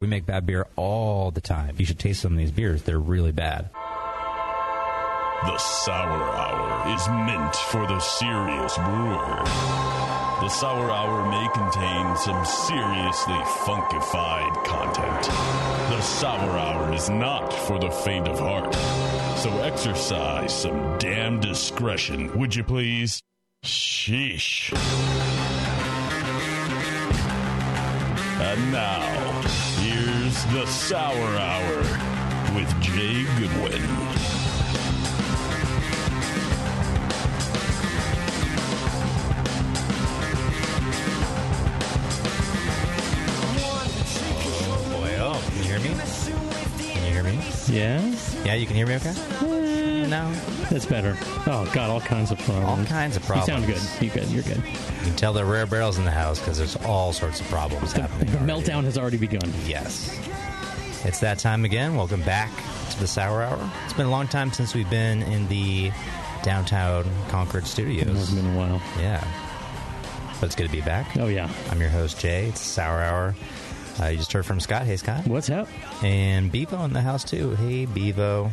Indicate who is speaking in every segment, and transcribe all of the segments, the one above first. Speaker 1: We make bad beer all the time. You should taste some of these beers. They're really bad.
Speaker 2: The Sour Hour is meant for the serious brewer. The Sour Hour may contain some seriously funkified content. The Sour Hour is not for the faint of heart. So exercise some damn discretion, would you please? Sheesh. And now, here's The Sour Hour with Jay Goodwin.
Speaker 1: Boy, oh, can you hear me? Can you hear me?
Speaker 3: Yeah?
Speaker 1: Yeah, you can hear me okay? No.
Speaker 3: That's better. Oh, God, all kinds of problems.
Speaker 1: All kinds of problems.
Speaker 3: You sound good. You're good. You're good.
Speaker 1: You can tell there are rare barrels in the house because there's all sorts of problems happening.
Speaker 3: The
Speaker 1: already.
Speaker 3: meltdown has already begun.
Speaker 1: Yes. It's that time again. Welcome back to the Sour Hour. It's been a long time since we've been in the downtown Concord
Speaker 3: It's
Speaker 1: studios.
Speaker 3: been a while.
Speaker 1: Yeah. But it's good to be back.
Speaker 3: Oh, yeah.
Speaker 1: I'm your host, Jay. It's Sour Hour. Uh, you just heard from Scott. Hey, Scott.
Speaker 3: What's up?
Speaker 1: And Bevo in the house, too. Hey, Bevo.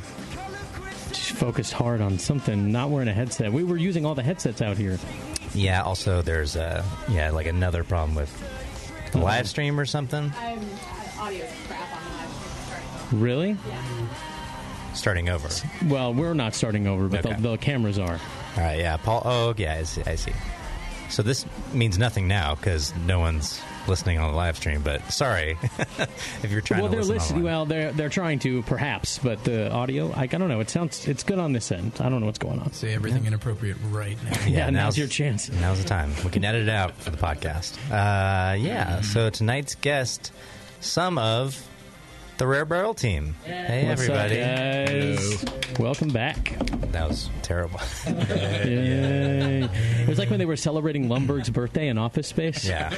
Speaker 3: Just focused hard on something, not wearing a headset. We were using all the headsets out here.
Speaker 1: Yeah, also, there's, uh, yeah, like another problem with the
Speaker 3: Uh-huh.
Speaker 1: live stream or something.
Speaker 4: I'm uh, audio crap on the live stream.
Speaker 3: Really?
Speaker 1: Starting over.
Speaker 3: Well, we're not starting over, but
Speaker 1: Okay.
Speaker 3: the, the cameras are.
Speaker 1: All right, yeah. Paul Oak, yeah, I see. I see. So this means nothing now because no one's listening on the live stream, but sorry if you're trying
Speaker 3: well,
Speaker 1: to
Speaker 3: they're
Speaker 1: listen
Speaker 3: listening.
Speaker 1: online.
Speaker 3: Well, they're they're trying to, perhaps, but the audio, like, I don't know. It sounds it's good on this end. I don't know what's going on.
Speaker 5: Say everything inappropriate right now.
Speaker 3: yeah, now's your chance.
Speaker 1: Now's the time. We can edit it out for the podcast. Uh, yeah, so tonight's guest, some of the Rare Barrel team. Hey,
Speaker 3: What's up,
Speaker 1: everybody.
Speaker 3: guys? Welcome back.
Speaker 1: That was terrible.
Speaker 3: Yay. It was like when they were celebrating Lumberg's birthday in Office Space.
Speaker 1: yeah.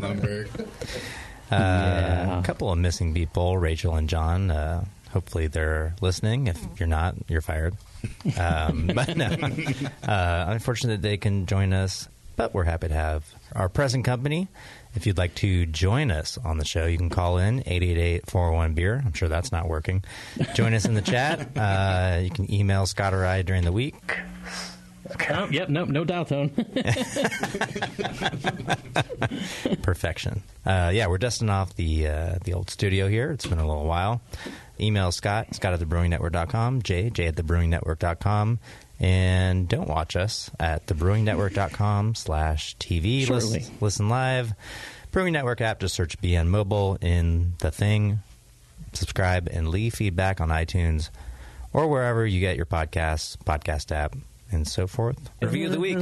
Speaker 5: Lumberg.
Speaker 1: Uh,
Speaker 3: Yeah.
Speaker 1: A couple of missing people, Rachel and John. Uh, hopefully they're listening. If you're not, you're fired. Um, but no, uh, unfortunate that they can join us, but we're happy to have our present company. If you'd like to join us on the show, you can call in 888-401-BEER. I'm sure that's not working. Join us in the chat. Uh, you can email Scott or I during the week.
Speaker 3: Oh, yep. No. No dial tone.
Speaker 1: Perfection. Uh, yeah, we're dusting off the uh, the old studio here. It's been a little while. Email Scott, Scott at thebrewingnetwork.com, Jay, Jay at thebrewingnetwork.com, and don't watch us at thebrewingnetwork.com slash TV.
Speaker 3: Surely.
Speaker 1: Listen, listen live. Brewing Network app, just search BN Mobile in the thing. Subscribe and leave feedback on iTunes or wherever you get your podcasts, podcast app, and so forth. Review of the week.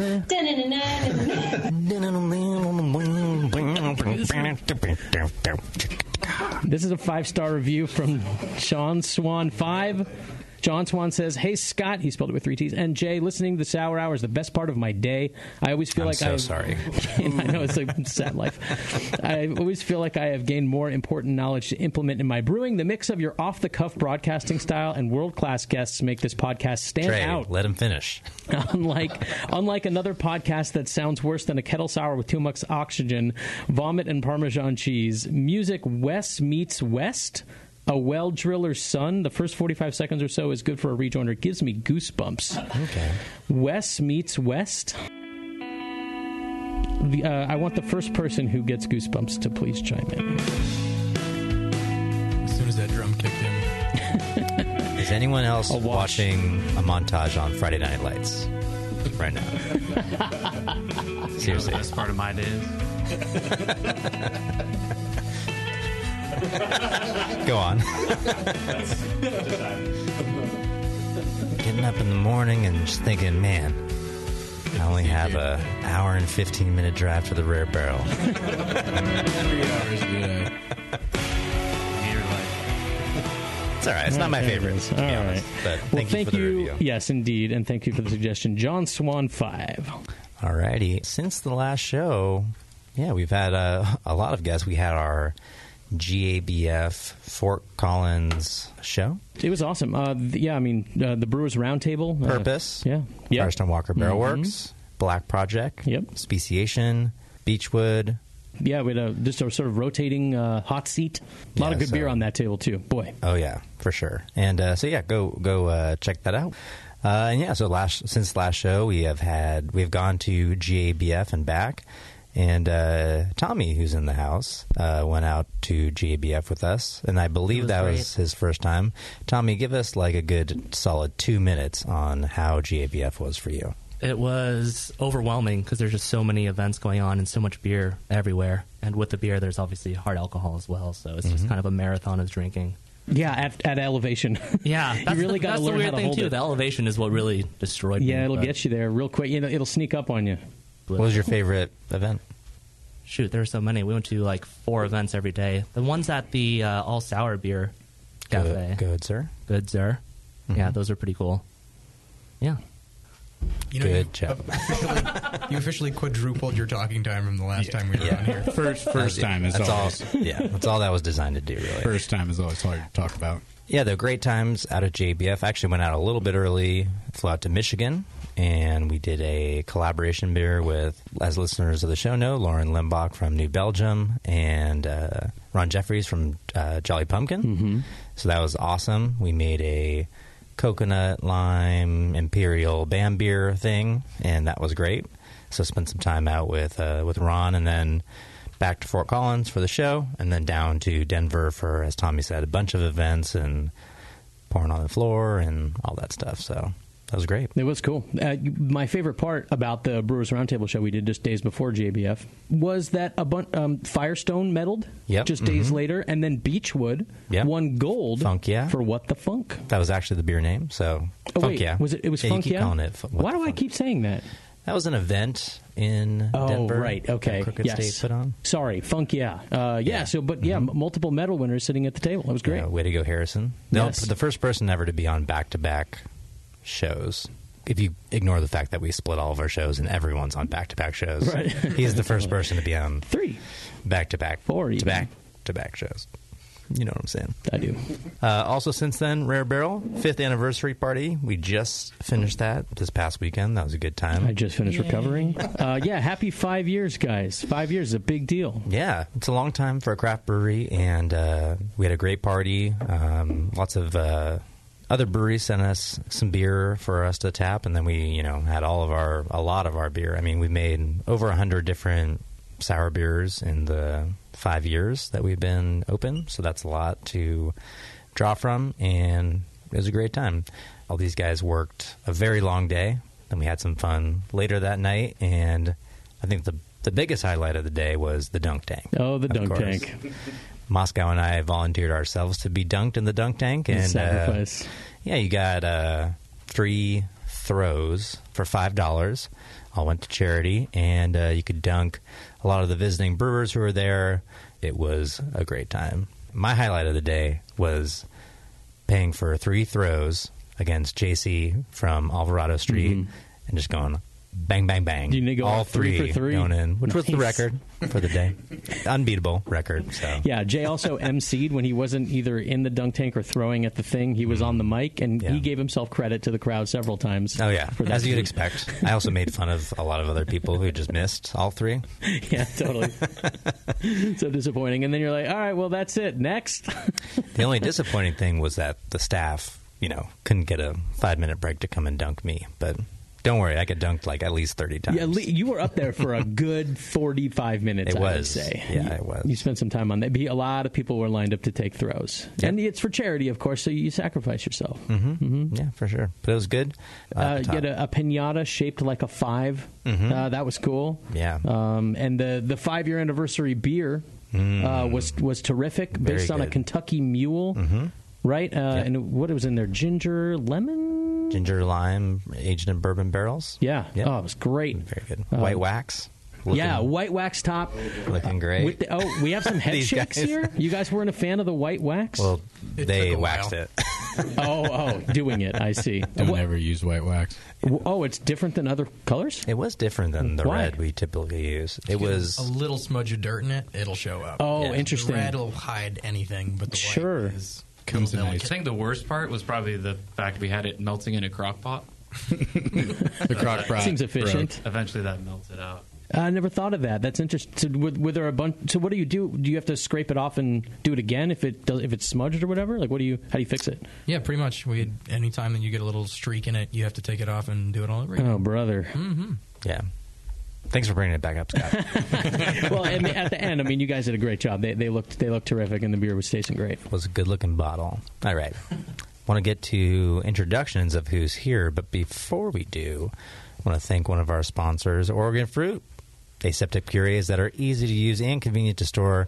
Speaker 3: This is a five star review from Sean Swan Five. John Swan says, "Hey Scott, he spelled it with three T's. And Jay, listening to the Sour Hour is the best part of my day. I always feel
Speaker 1: I'm
Speaker 3: like
Speaker 1: so
Speaker 3: I've-
Speaker 1: sorry.
Speaker 3: I know it's a sad life. I always feel like I have gained more important knowledge to implement in my brewing. The mix of your off the cuff broadcasting style and world class guests make this podcast stand
Speaker 1: Trey,
Speaker 3: out.
Speaker 1: let him finish.
Speaker 3: unlike unlike another podcast that sounds worse than a kettle sour with too much oxygen, vomit and parmesan cheese, music West meets West. A well driller's son. The first forty-five seconds or so is good for a rejoinder. Gives me goosebumps.
Speaker 1: Okay.
Speaker 3: West meets West. The, uh, I want the first person who gets goosebumps to please chime in.
Speaker 5: As soon as that drum kicked in,
Speaker 1: Is anyone else
Speaker 3: I'll watch.
Speaker 1: watching a montage on Friday Night Lights right now? Seriously.
Speaker 6: That's part of my day.
Speaker 1: Go on. Getting up in the morning and just thinking, man, I only have a hour and 15 minute drive to the rare barrel.
Speaker 5: three hours today.
Speaker 6: You're like,
Speaker 1: It's all right. It's not my favorite.
Speaker 3: favorites.
Speaker 1: to be
Speaker 3: All right.
Speaker 1: honest. But
Speaker 3: Well,
Speaker 1: thank you for the review.
Speaker 3: Yes, indeed, and thank you for the suggestion, John Swan Five.
Speaker 1: Alrighty. Since the last show, yeah, we've had uh, a lot of guests. We had our GABF Fort Collins show,
Speaker 3: It was awesome. Uh, th- yeah, I mean uh, the Brewers Roundtable. Uh,
Speaker 1: Purpose,
Speaker 3: yeah. Yep.
Speaker 1: Firestone Walker Barrel
Speaker 3: Mhm.
Speaker 1: Works, Black Project,
Speaker 3: Yep.
Speaker 1: Speciation, Beechwood,
Speaker 3: yeah, we had a, just a sort of rotating uh, hot seat. A lot
Speaker 1: Yeah,
Speaker 3: of good
Speaker 1: so-
Speaker 3: beer on that table too. Boy,
Speaker 1: Oh yeah, for sure. And uh, so yeah, go go uh, check that out. Uh, and yeah, so last since last show we have had we've gone to GABF and back, and uh, Tommy who's in the house uh, went out to GABF with us, and I believe
Speaker 6: was
Speaker 1: that
Speaker 6: great.
Speaker 1: was his first time. Tommy, give us like a good solid two minutes on how GABF was for you.
Speaker 6: It was overwhelming because there's just so many events going on and so much beer everywhere. And with the beer, there's obviously hard alcohol as well. So it's
Speaker 3: Mm-hmm.
Speaker 6: just kind of a marathon of drinking.
Speaker 3: yeah, at, at elevation.
Speaker 6: Yeah, that's
Speaker 3: really
Speaker 6: the,
Speaker 3: gotta
Speaker 6: that's
Speaker 3: learn
Speaker 6: the weird
Speaker 3: how to
Speaker 6: thing
Speaker 3: hold
Speaker 6: too.
Speaker 3: it.
Speaker 6: The elevation is what really destroyed me.
Speaker 3: yeah, it'll
Speaker 6: but-
Speaker 3: get you there real quick. You know, it'll sneak up on you.
Speaker 6: but-
Speaker 1: What was your favorite event?
Speaker 6: shoot, there were so many. We went to like four events every day. The ones at the uh, All Sour Beer Cafe.
Speaker 1: Good, good sir. Mm-hmm.
Speaker 6: Good, sir. Yeah, those are pretty cool. Yeah.
Speaker 5: You know,
Speaker 1: Good
Speaker 5: you,
Speaker 1: job.
Speaker 5: Officially, you officially quadrupled your talking time from the last time we were on here.
Speaker 7: First, first time is
Speaker 1: That's all.
Speaker 7: always
Speaker 1: Yeah, that's all that was designed to do. Really.
Speaker 7: first time is always hard to talk about.
Speaker 1: Yeah, they're great times out of JBF. I actually went out a little bit early, flew out to Michigan, and we did a collaboration beer with, as listeners of the show know, Lauren Limbach from New Belgium and uh, Ron Jeffries from uh, Jolly Pumpkin. Mm-hmm. So that was awesome. We made a coconut lime imperial bam beer thing, and that was great. So spent some time out with uh, with Ron, and then back to Fort Collins for the show, and then down to Denver for, as Tommy said, a bunch of events and pouring on the floor and all that stuff. So that was great.
Speaker 3: It was cool. Uh, my favorite part about the Brewers Roundtable show we did just days before JBF was that a bun- um, Firestone medaled
Speaker 1: Yep,
Speaker 3: just days
Speaker 8: Mm-hmm.
Speaker 1: mhm.
Speaker 3: later, and then Beechwood
Speaker 1: Yep.
Speaker 3: won gold
Speaker 1: Funk Yeah.
Speaker 3: for What the Funk.
Speaker 1: That was actually the beer name. So
Speaker 3: Oh,
Speaker 1: Funk
Speaker 3: wait,
Speaker 1: Yeah.
Speaker 3: was it? It was
Speaker 1: yeah,
Speaker 3: Funk
Speaker 1: You keep
Speaker 3: Yeah.
Speaker 1: calling it. Fu- What
Speaker 3: Why
Speaker 1: the
Speaker 3: do I
Speaker 1: Funk.
Speaker 3: keep saying that?
Speaker 1: That was an event in
Speaker 3: Oh,
Speaker 1: Denver.
Speaker 3: right.
Speaker 1: that
Speaker 3: Okay.
Speaker 1: Crooked
Speaker 3: yes.
Speaker 1: State put on.
Speaker 3: Sorry, Funk. Yeah. Uh, yeah.
Speaker 1: Yeah. Mm-hmm.
Speaker 3: So, but yeah, m- multiple medal winners sitting at the table. It was great.
Speaker 1: Yeah, way to go, Harrison. The,
Speaker 3: Yes.
Speaker 1: the first person ever to be on back to back shows. If you ignore the fact that we split all of our shows and everyone's on back to back shows,
Speaker 3: Right.
Speaker 1: he's the first person to be on
Speaker 3: Three.
Speaker 1: back to back,
Speaker 3: Four
Speaker 1: to
Speaker 3: even.
Speaker 1: back to back shows. You know what I'm saying.
Speaker 3: I do.
Speaker 1: Uh, also, since then, Rare Barrel fifth anniversary party. We just finished that this past weekend. That was a good time.
Speaker 3: I just finished recovering. Uh, yeah. Happy five years, guys. Five years is a big deal.
Speaker 1: Yeah, it's a long time for a craft brewery, and uh, we had a great party. Um, lots of uh, other breweries sent us some beer for us to tap, and then we, you know, had all of our a lot of our beer. I mean, we made over hundred different sour beers in the five years that we've been open, so that's a lot to draw from, and it was a great time. All these guys worked a very long day, and we had some fun later that night, and I think the the biggest highlight of the day was the dunk tank.
Speaker 3: Oh, the
Speaker 1: Of
Speaker 3: dunk
Speaker 1: course.
Speaker 3: tank.
Speaker 1: Moscow and I volunteered ourselves to be dunked in the dunk tank, and uh,
Speaker 3: sacrifice.
Speaker 1: yeah, you got uh, three throws for five dollars. All went to charity, and uh, you could dunk a lot of the visiting brewers who were there. It was a great time. My highlight of the day was paying for three throws against JC from Alvarado Street, and just going bang, bang, bang.
Speaker 3: Mm-hmm. You need to go
Speaker 1: all
Speaker 3: three for three.
Speaker 1: going in, which was the
Speaker 3: Nice.
Speaker 1: record for the day, unbeatable record. So
Speaker 3: Yeah, Jay also emceed when he wasn't either in the dunk tank or throwing at the thing. He was on the mic, and
Speaker 1: Mm-hmm. Yeah.
Speaker 3: he gave himself credit to the crowd several times.
Speaker 1: Oh yeah,
Speaker 3: for that
Speaker 1: as you'd
Speaker 3: feat.
Speaker 1: expect. I also made fun of a lot of other people who just missed all three.
Speaker 3: yeah, totally. so disappointing. And then you're like, all right, well, that's it. Next.
Speaker 1: The only disappointing thing was that the staff, you know, couldn't get a five minute break to come and dunk me. But don't worry, I could dunked like at least thirty times.
Speaker 3: yeah, Lee, you were up there for a good 45 minutes.
Speaker 1: It
Speaker 3: I would
Speaker 1: was.
Speaker 3: say.
Speaker 1: Yeah,
Speaker 3: You-
Speaker 1: it was.
Speaker 3: You spent some time on that. Be- A lot of people were lined up to take throws,
Speaker 1: Yeah.
Speaker 3: and it's for charity, of course. So you sacrifice yourself.
Speaker 1: Mm-hmm. yeah, for sure. But it was good. Uh,
Speaker 3: uh,
Speaker 1: at the
Speaker 3: get
Speaker 1: top. Mm-hmm.
Speaker 3: a, a pinata shaped like a 5 Uh, that was cool.
Speaker 1: Yeah.
Speaker 3: Um, and the the five year anniversary beer uh, was was terrific,
Speaker 1: Mm. Very
Speaker 3: based on a
Speaker 1: good. Mm.
Speaker 3: Kentucky Mule,
Speaker 1: Mm-hmm.
Speaker 3: right? Uh, And what was in there? Ginger, lemon.
Speaker 1: ginger lime aged in bourbon barrels.
Speaker 3: Yeah.
Speaker 1: Yep.
Speaker 3: Oh, it was great.
Speaker 1: very good.
Speaker 3: Um,
Speaker 1: White wax. Looking,
Speaker 3: yeah, white wax top.
Speaker 1: looking great.
Speaker 3: With the, oh, we have some head
Speaker 1: These
Speaker 3: shakes
Speaker 1: guys.
Speaker 3: here. You guys weren't a fan of the white wax?
Speaker 1: well,
Speaker 5: It
Speaker 1: they
Speaker 5: took a
Speaker 1: waxed
Speaker 5: while.
Speaker 1: it.
Speaker 3: oh, oh, doing it. I see.
Speaker 7: Don't
Speaker 3: Wha-
Speaker 7: ever use white wax.
Speaker 3: oh, it's different than other colors.
Speaker 1: It was different than the
Speaker 3: Why?
Speaker 1: red we typically use. It
Speaker 5: a
Speaker 1: was
Speaker 5: little smudge of dirt in it. It'll show up.
Speaker 3: Oh,
Speaker 1: Yeah.
Speaker 3: interesting.
Speaker 5: The red will hide anything, but the white
Speaker 3: Sure.
Speaker 5: is
Speaker 7: Comes in nice.
Speaker 5: delicate.
Speaker 6: I
Speaker 7: I
Speaker 6: think the worst part was probably the fact we had it melting in a crock pot.
Speaker 7: The crock pot
Speaker 3: Seems efficient.
Speaker 6: Eventually, that melted out.
Speaker 3: I never thought of that. That's interesting. So, were, were there a bunch? So, what do you do? Do you have to scrape it off and do it again if it does, if it's smudged or whatever? Like, what do you? How do you fix it?
Speaker 5: Yeah, pretty much. We any time that you get a little streak in it, you have to take it off and do it all over again.
Speaker 3: Oh, brother.
Speaker 1: Yeah. Thanks for bringing it back up, Scott.
Speaker 3: well, I mean, at the end, I mean, you guys did a great job. They, they looked they looked terrific, and the beer was tasting great.
Speaker 1: was a good looking bottle. All right. want to get to introductions of who's here, but before we do, I want to thank one of our sponsors, Oregon Fruit. Aseptic purees that are easy to use and convenient to store.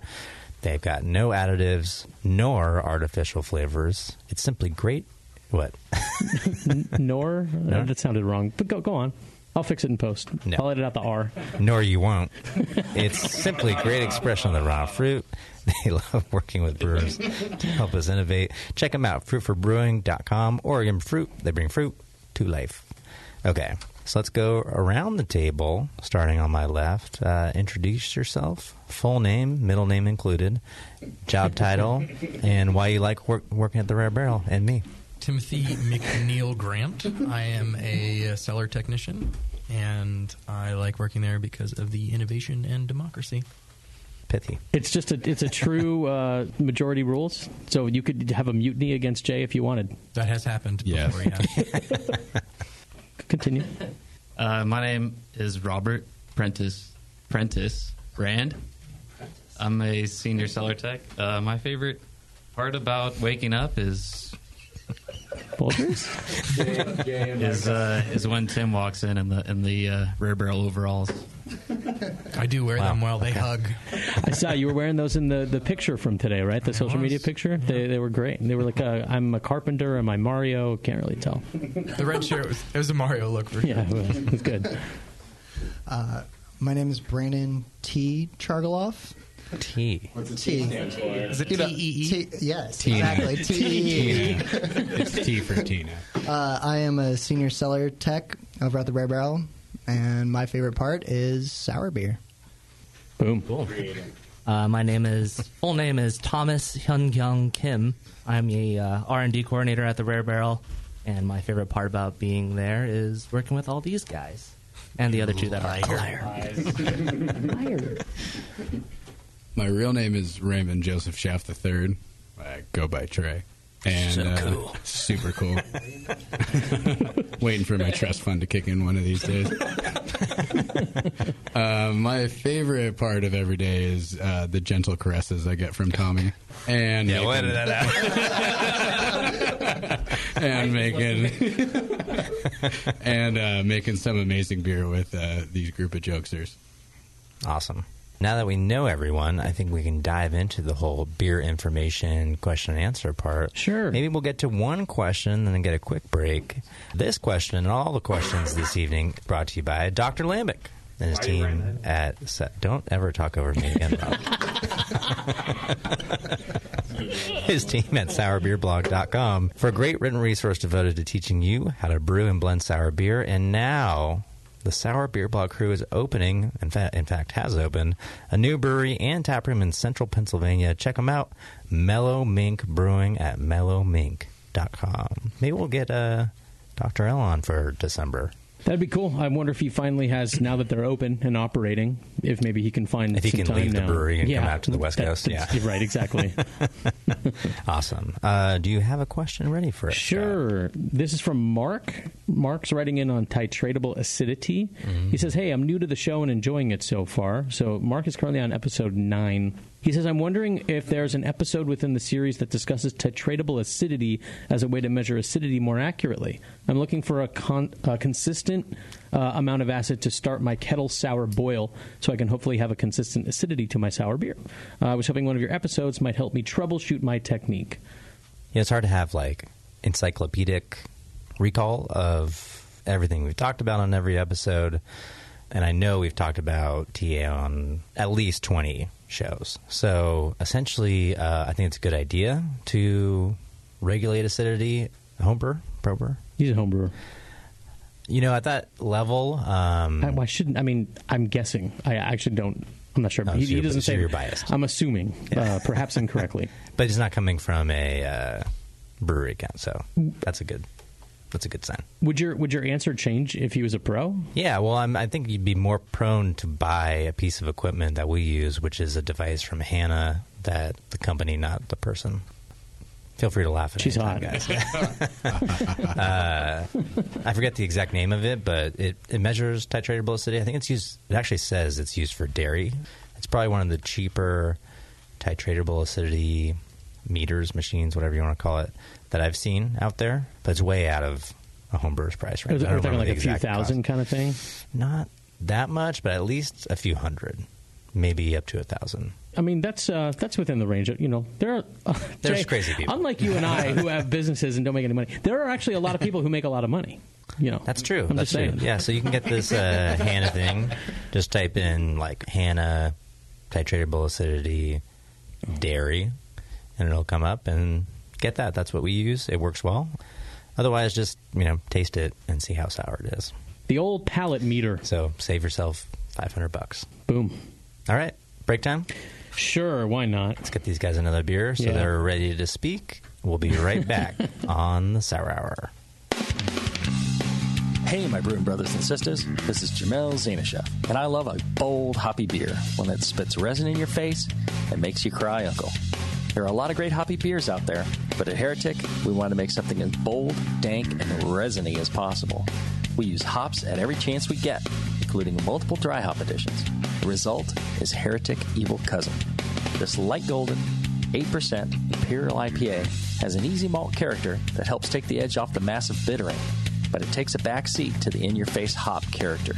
Speaker 1: They've got no additives nor artificial flavors. It's simply great. What?
Speaker 3: Nor uh, that sounded wrong, but go go on. I'll fix it in post.
Speaker 1: No.
Speaker 3: I'll edit out the R.
Speaker 1: nor you won't. It's simply great expression of the raw fruit. They love working with brewers to help us innovate. Check them out, fruitforbrewing.com, Oregon Fruit. They bring fruit to life. Okay, so let's go around the table, starting on my left. Uh, introduce yourself, full name, middle name included, job title, and why you like work, working at the Rare Barrel, and me.
Speaker 5: Timothy McNeil Grant. I am a cellar technician, and I like working there because of the innovation and democracy.
Speaker 1: Pithy.
Speaker 3: It's just a it's a true uh, majority rules. So you could have a mutiny against Jay if you wanted.
Speaker 5: That has happened
Speaker 7: Yes.
Speaker 5: before. Yeah.
Speaker 3: Continue.
Speaker 9: Uh, my name is Robert Prentice Prentice Brand. I'm a senior cellar tech. Uh, my favorite part about waking up is
Speaker 3: Bulgers.
Speaker 9: is uh, is when Tim walks in in the in the uh, rare barrel overalls.
Speaker 5: I do wear them well. They hug.
Speaker 3: I saw you were wearing those in the, the picture from today, right? The social media
Speaker 5: was,
Speaker 3: picture. They they were great. They were like, uh, I'm a carpenter. Am I Mario? Can't really tell.
Speaker 5: The red shirt was, it was a Mario look for sure.
Speaker 3: Yeah, it was good.
Speaker 10: Uh, My name is Brandon T. Chargaloff.
Speaker 1: T.
Speaker 10: T.
Speaker 5: Is it
Speaker 10: You know,
Speaker 5: TEE?
Speaker 10: T- Yes, exactly.
Speaker 7: E
Speaker 10: T. E
Speaker 7: Tina. it's T for Tina.
Speaker 10: Uh, I am a senior cellar tech over at the Rare Barrel, and my favorite part is sour beer.
Speaker 3: Boom.
Speaker 6: Uh, my name is full name is Thomas Hyunkyung Kim. I'm the uh, R&D coordinator at the Rare Barrel, and my favorite part about being there is working with all these guys and the other two that are liar.
Speaker 7: My real name is Raymond Joseph Shaft III. I go by Trey. And
Speaker 6: So
Speaker 7: uh,
Speaker 6: cool.
Speaker 7: super cool. Waiting for my trust fund to kick in one of these days. uh, my favorite part of every day is uh, the gentle caresses I get from Tommy. And making, and making and uh, making some amazing beer with uh, these group of jokesters.
Speaker 1: Awesome. Now that we know everyone, I think we can dive into the whole beer information question and answer part.
Speaker 3: Sure.
Speaker 1: Maybe we'll get to one question and then get a quick break. This question and all the questions this evening brought to you by Dr. Lambic and his team at Se- Don't ever talk over me again, Rob. his team at sourbeerblog.com for a great written resource devoted to teaching you how to brew and blend sour beer. And now the Sour Beer Blog crew is opening, in, fa- in fact, has opened a new brewery and tap room in central Pennsylvania. Check them out, Mellow Mink Brewing at mellowmink.com. Maybe we'll get uh, Dr. L on for December.
Speaker 3: That'd be cool. I wonder if he finally has now that they're open and operating. If maybe he can find
Speaker 1: If he
Speaker 3: some
Speaker 1: can
Speaker 3: time
Speaker 1: leave the
Speaker 3: now.
Speaker 1: brewery and come out to the West Coast,
Speaker 3: that's-
Speaker 1: yeah.
Speaker 3: right. Exactly.
Speaker 1: Awesome. Uh, do you have a question ready for us? Scott?
Speaker 3: Sure. This is from Mark. Mark's writing in on titratable acidity.
Speaker 1: Mm-hmm.
Speaker 3: He says, Hey, I'm new to the show and enjoying it so far. So, Mark is currently on episode nine. He says, I'm wondering if there's an episode within the series that discusses titratable acidity as a way to measure acidity more accurately. I'm looking for a, con- a consistent uh, amount of acid to start my kettle sour boil so I can hopefully have a consistent acidity to my sour beer. Uh, I was hoping one of your episodes might help me troubleshoot my technique.
Speaker 1: Yeah, it's hard to have like encyclopedic recall of everything we've talked about on every episode. And I know we've talked about TA on at least 20 shows. So essentially, uh, I think it's a good idea to regulate acidity. Homebrewer? Prober?
Speaker 3: He's a home brewer.
Speaker 1: You know, at that level, um,
Speaker 3: I, well, I shouldn't. I mean, I'm guessing. I actually don't. I'm not sure.
Speaker 1: Oh,
Speaker 3: he,
Speaker 1: so
Speaker 3: he
Speaker 1: you're-
Speaker 3: doesn't
Speaker 1: so
Speaker 3: say.
Speaker 1: you're biased.
Speaker 3: I'm assuming, uh, perhaps incorrectly.
Speaker 1: but it's not coming from a uh, brewery account. So that's a good that's a good sign.
Speaker 3: Would your would your answer change if he was a pro?
Speaker 1: Yeah, well, I'm, I think you'd be more prone to buy a piece of equipment that we use, which is a device from Hannah that the company, not the person. Feel free to laugh at
Speaker 3: She's
Speaker 1: any
Speaker 3: hot,
Speaker 1: time, guys. uh, I forget the exact name of it, but it, it measures titratable acidity. I think it's used. It actually says it's used for dairy. It's probably one of the cheaper titratable acidity meters, machines, whatever you want to call it, that I've seen out there. But it's way out of a homebrewer's price
Speaker 3: We're
Speaker 1: right now. I don't
Speaker 3: talking
Speaker 1: remember
Speaker 3: like a
Speaker 1: the
Speaker 3: few
Speaker 1: exact cost.
Speaker 3: thousand kind of thing.
Speaker 1: Not that much, but at least a few hundred, maybe up to a thousand.
Speaker 3: I mean, that's uh, that's within the range. Of, you know, there are
Speaker 1: There's
Speaker 3: Jay,
Speaker 1: crazy people.
Speaker 3: Unlike you and I, who have businesses and don't make any money, there are actually a lot of people who make a lot of money. You know,
Speaker 1: That's true.
Speaker 3: I'm
Speaker 1: That's
Speaker 3: just
Speaker 1: true.
Speaker 3: saying.
Speaker 1: Yeah, so you can get this uh, Hannah thing. Just type in like Hannah titratable acidity
Speaker 3: Oh.
Speaker 1: dairy, and it'll come up and get that. That's what we use. It works well. Otherwise, just you know, taste it and see how sour it is.
Speaker 3: The old pallet meter.
Speaker 1: So save yourself five hundred bucks.
Speaker 3: Boom.
Speaker 1: All right, break time.
Speaker 3: Sure, why not?
Speaker 1: Let's get these guys another beer so
Speaker 3: Yeah.
Speaker 1: they're ready to speak. We'll be right back on the Sour Hour.
Speaker 8: Hey, my brewing brothers and sisters. This is Jamel Zanishev, and I love a bold, hoppy beer, one that spits resin in your face and makes you cry, Uncle. There are a lot of great hoppy beers out there, but at Heretic, we want to make something as bold, dank, and resiny as possible. We use hops at every chance we get, including multiple dry hop editions. The result is Heretic Evil Cousin. This light golden, 8% Imperial IPA has an easy malt character that helps take the edge off the massive bittering but it takes a back seat to the in your face hop character.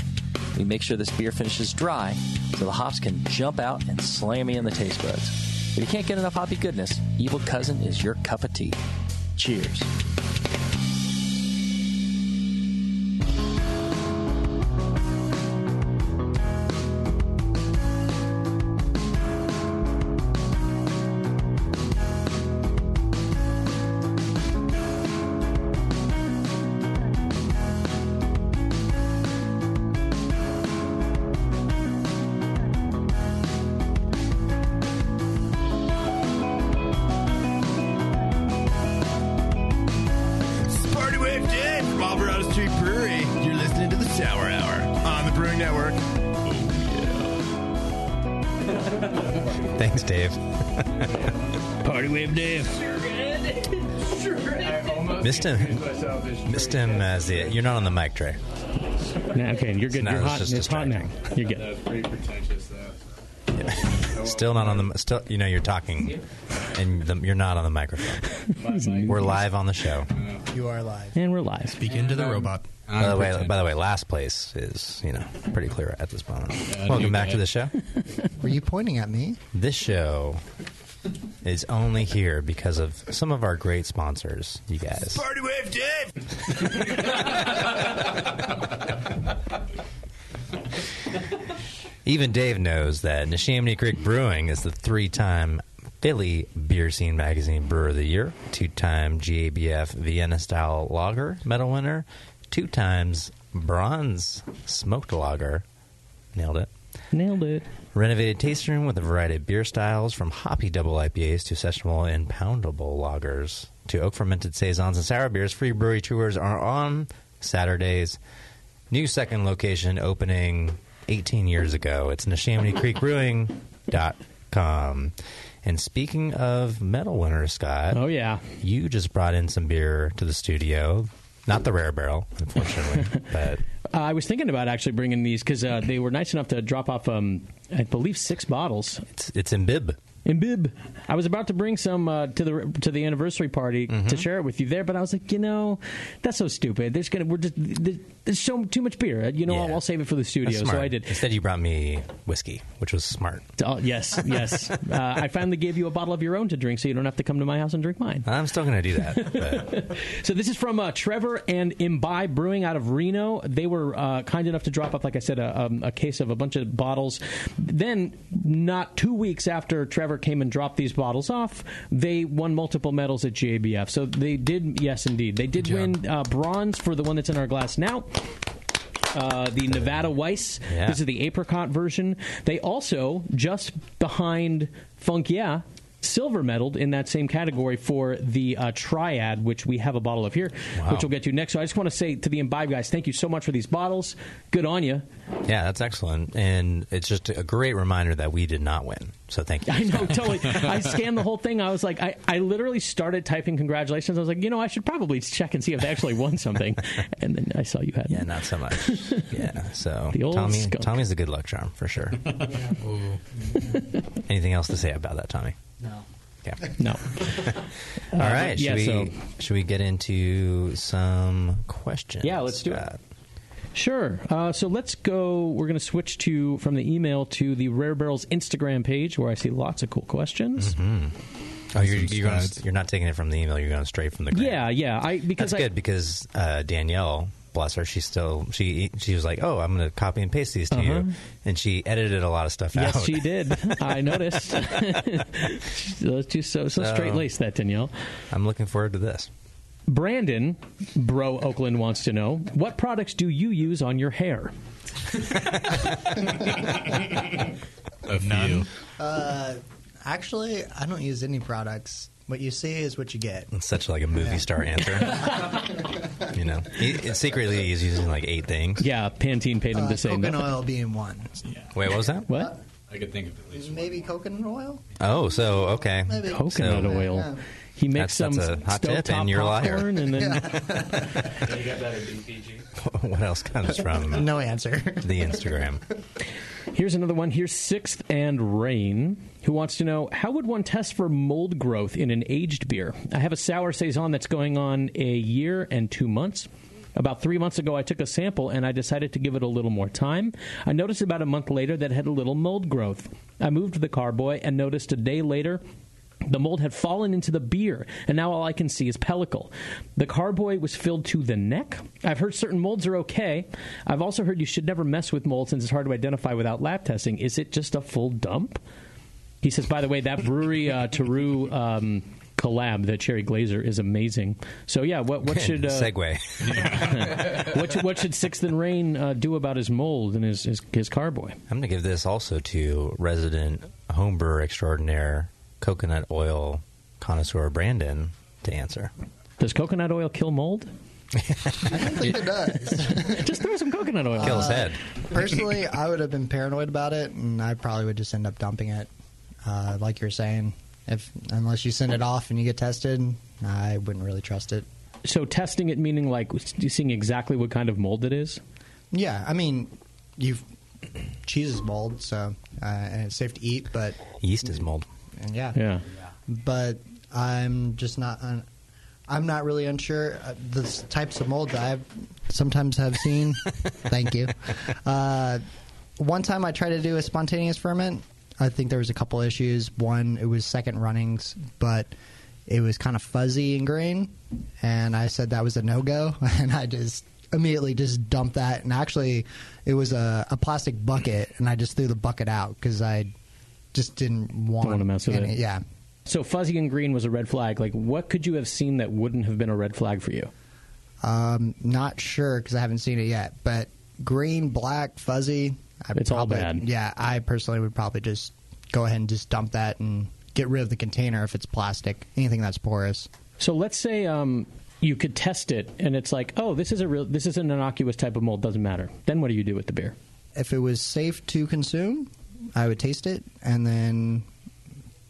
Speaker 8: We make sure this beer finishes dry so the hops can jump out and slam you in the taste buds. If you can't get enough hoppy goodness, Evil Cousin is your cup of tea. Cheers.
Speaker 11: It's Party Wave Day from Alvarado Street Brewery. You're listening to the Sour Hour on the Brewing Network.
Speaker 1: Thanks, Dave.
Speaker 3: Party wave Dave.
Speaker 1: Missed him. Missed him as the. You're not on the mic, Trey.
Speaker 3: Nah, okay, you're good.
Speaker 1: No,
Speaker 3: you're
Speaker 1: it's
Speaker 3: hot.
Speaker 1: just
Speaker 3: It's hot now. You're good.
Speaker 7: pretty pretentious, though.
Speaker 1: Still not on the. Still, you know, you're talking, and the, you're not on the microphone. We're live on the show.
Speaker 10: You are live.
Speaker 3: And we're live.
Speaker 5: Speak into the robot.
Speaker 1: By the way, by the way, last place is you know pretty clear at this moment.
Speaker 7: I knew
Speaker 1: Welcome back to
Speaker 7: that.
Speaker 1: the show.
Speaker 10: Were you pointing at me?
Speaker 1: This show is only here because of some of our great sponsors, you guys.
Speaker 11: Party Wave Day.
Speaker 1: Even Dave knows that Neshaminy Creek Brewing is the three time Philly Beer Scene Magazine Brewer of the Year, two time GABF Vienna Style Lager medal winner, two times Bronze Smoked Lager. Nailed it.
Speaker 3: Nailed it.
Speaker 1: Renovated tasting room with a variety of beer styles from hoppy double IPAs to sessionable and poundable lagers to oak fermented saisons and sour beers. Free brewery tours are on Saturdays. New second location opening 18 years ago. It's Neshaminy Creek Brewing.com. And speaking of medal winners, Scott,
Speaker 3: Oh yeah.
Speaker 1: you just brought in some beer to the studio. Not the rare barrel, unfortunately, but
Speaker 3: Uh, I was thinking about actually bringing these because uh, they were nice enough to drop off, um, I believe, six bottles
Speaker 1: it's, it's in bib.
Speaker 3: in bib. I was about to bring some uh, to the to the anniversary party
Speaker 1: Mm-hmm.
Speaker 3: to share it with you there, but I was like, you know, that's so stupid. There's gonna we're just there- there's so too much beer. You know, I'll,
Speaker 1: Yeah.
Speaker 3: I'll save it for the
Speaker 1: That's
Speaker 3: studio. So
Speaker 1: smart.
Speaker 3: I did.
Speaker 1: Instead, you brought me whiskey, which was smart.
Speaker 3: Oh, yes, yes. uh, I finally gave you a bottle of your own to drink, so you don't have to come to my house and drink mine.
Speaker 1: I'm still going to do that. But
Speaker 3: So this is from uh, Trevor and Imbibe Brewing out of Reno. They were uh, kind enough to drop off, like I said, a, um, a case of a bunch of bottles. Then, not two weeks after Trevor came and dropped these bottles off, they won multiple medals at GABF. So they did, yes, indeed, they did
Speaker 5: Good job.
Speaker 3: win uh, bronze for the one that's in our glass now. Uh, the Nevada Weiss.
Speaker 1: Yeah.
Speaker 3: This is the apricot version. They also just behind Funk Yeah silver medaled in that same category for the uh, triad, which we have a bottle of here, which we'll get to next. So I just want to say to the imbibe guys, thank you so much for these bottles. Good on you.
Speaker 1: Yeah, that's excellent, and it's just a great reminder that we did not win. So thank you.
Speaker 3: I know, totally. I scanned the whole thing. I was like, I, I literally started typing congratulations. I was like, you know, I should probably check and see if they actually won something. And then I saw you had. Yeah,
Speaker 1: not so much. Yeah, so
Speaker 3: The old
Speaker 1: Tommy,
Speaker 3: skunk.
Speaker 1: Tommy's a good luck charm for sure. Anything else to say about that, Tommy?
Speaker 6: No.
Speaker 1: Yeah.
Speaker 3: No.
Speaker 1: All
Speaker 3: Uh,
Speaker 1: right.
Speaker 3: but
Speaker 1: Should
Speaker 3: yeah,
Speaker 1: we
Speaker 3: so-
Speaker 1: should we get into some questions?
Speaker 3: Yeah, let's do it. Sure. Uh, so let's go. We're going to switch to from the email to the Rare Barrels Instagram page where I see lots of cool questions.
Speaker 1: Mhm. Oh, you're,
Speaker 3: Some
Speaker 1: you're, going,
Speaker 3: slides.
Speaker 1: you're not taking it from the email. You're going straight from the. Grant.
Speaker 3: Yeah, yeah. I because
Speaker 1: That's
Speaker 3: I,
Speaker 1: good because uh, Danielle, bless her, she still she she was like, oh, I'm going to copy and paste these to
Speaker 3: Uh-huh.
Speaker 1: you, and she edited a lot of stuff out.
Speaker 3: Yes, she did. I noticed. Those two so, so straight laced that Danielle.
Speaker 1: I'm looking forward to this.
Speaker 3: Brandon, bro, Oakland wants to know what products do you use on your hair?
Speaker 7: A few.
Speaker 10: Uh, actually, I don't use any products. What you see is what you get.
Speaker 1: It's such like a movie star answer, you know. He, secretly, he's using like eight things.
Speaker 3: Yeah, Pantene paid
Speaker 10: Uh, coconut oil being one.
Speaker 1: Wait, what was that?
Speaker 3: What?
Speaker 7: I could think of at least.
Speaker 10: Maybe coconut oil.
Speaker 1: Oh, so okay,
Speaker 10: Maybe.
Speaker 3: Coconut
Speaker 1: So-
Speaker 3: oil. He makes
Speaker 1: That's- that's
Speaker 3: some
Speaker 1: a hot tip,
Speaker 3: stovetop
Speaker 1: and you're a liar.
Speaker 3: popcorn and then
Speaker 9: you got that at DPG?
Speaker 1: what else comes from uh,
Speaker 10: no answer.
Speaker 1: the Instagram?
Speaker 3: Here's another one. Here's Sixth and Rain, who wants to know how would one test for mold growth in an aged beer? I have a sour saison that's going on a year and two months. About three months ago, I took a sample and I decided to give it a little more time. I noticed about a month later that it had a little mold growth. I moved to the carboy and noticed a day later the mold had fallen into the beer, and now all I can see is pellicle. The carboy was filled to the neck. I've heard certain molds are okay. I've also heard you should never mess with mold since it's hard to identify without lab testing. Is it just a full dump? He says, by the way, that brewery uh, Taru um, collab, the Cherry Glazer, is amazing. So yeah, what what should uh,
Speaker 1: Segway.
Speaker 3: what should, what should Sixth and Rain uh, do about his mold and his his, his carboy?
Speaker 1: I'm going to give this also to resident homebrewer extraordinaire, coconut oil connoisseur Brandon to answer.
Speaker 3: Does coconut oil kill mold?
Speaker 10: it does.
Speaker 3: Just throw some coconut oil.
Speaker 1: Kill his head.
Speaker 10: Uh, Personally, I would have been paranoid about it, and I probably would just end up dumping it, uh, like you're saying. If unless you send it off and you get tested, I wouldn't really trust it.
Speaker 3: So testing it, meaning like seeing exactly what kind of mold it is.
Speaker 10: Yeah, I mean, you cheese is mold, so uh, and it's safe to eat, but Mm,
Speaker 1: yeast is mold.
Speaker 10: Yeah,
Speaker 1: Yeah.
Speaker 10: But I'm just not. Un- I'm not really unsure uh, the s- types of mold that I've sometimes have seen. Thank you. Uh, one time I tried to do a spontaneous ferment. I think there was a couple issues. One, it was second runnings, but it was kind of fuzzy and green, and I said that was a no go, and I just immediately just dumped that. And actually, it was a, a plastic bucket, and I just threw the bucket out because I just didn't want,
Speaker 3: wanna mess with
Speaker 10: any-
Speaker 3: it.
Speaker 10: Yeah.
Speaker 3: So fuzzy and green was a red flag. Like, what could you have seen that wouldn't have been a red flag for you?
Speaker 10: Um, not sure because I haven't seen it yet. But green, black, fuzzy. I
Speaker 3: It's all
Speaker 10: probably-
Speaker 3: bad.
Speaker 10: Yeah, I personally would probably just go ahead and just dump that and get rid of the container if it's plastic. Anything that's porous.
Speaker 3: So let's say um, you could test it, and it's like, oh, this is a real, this is an innocuous type of mold. Doesn't matter. Then what do you do with the beer?
Speaker 10: If it was safe to consume, I would taste it and then,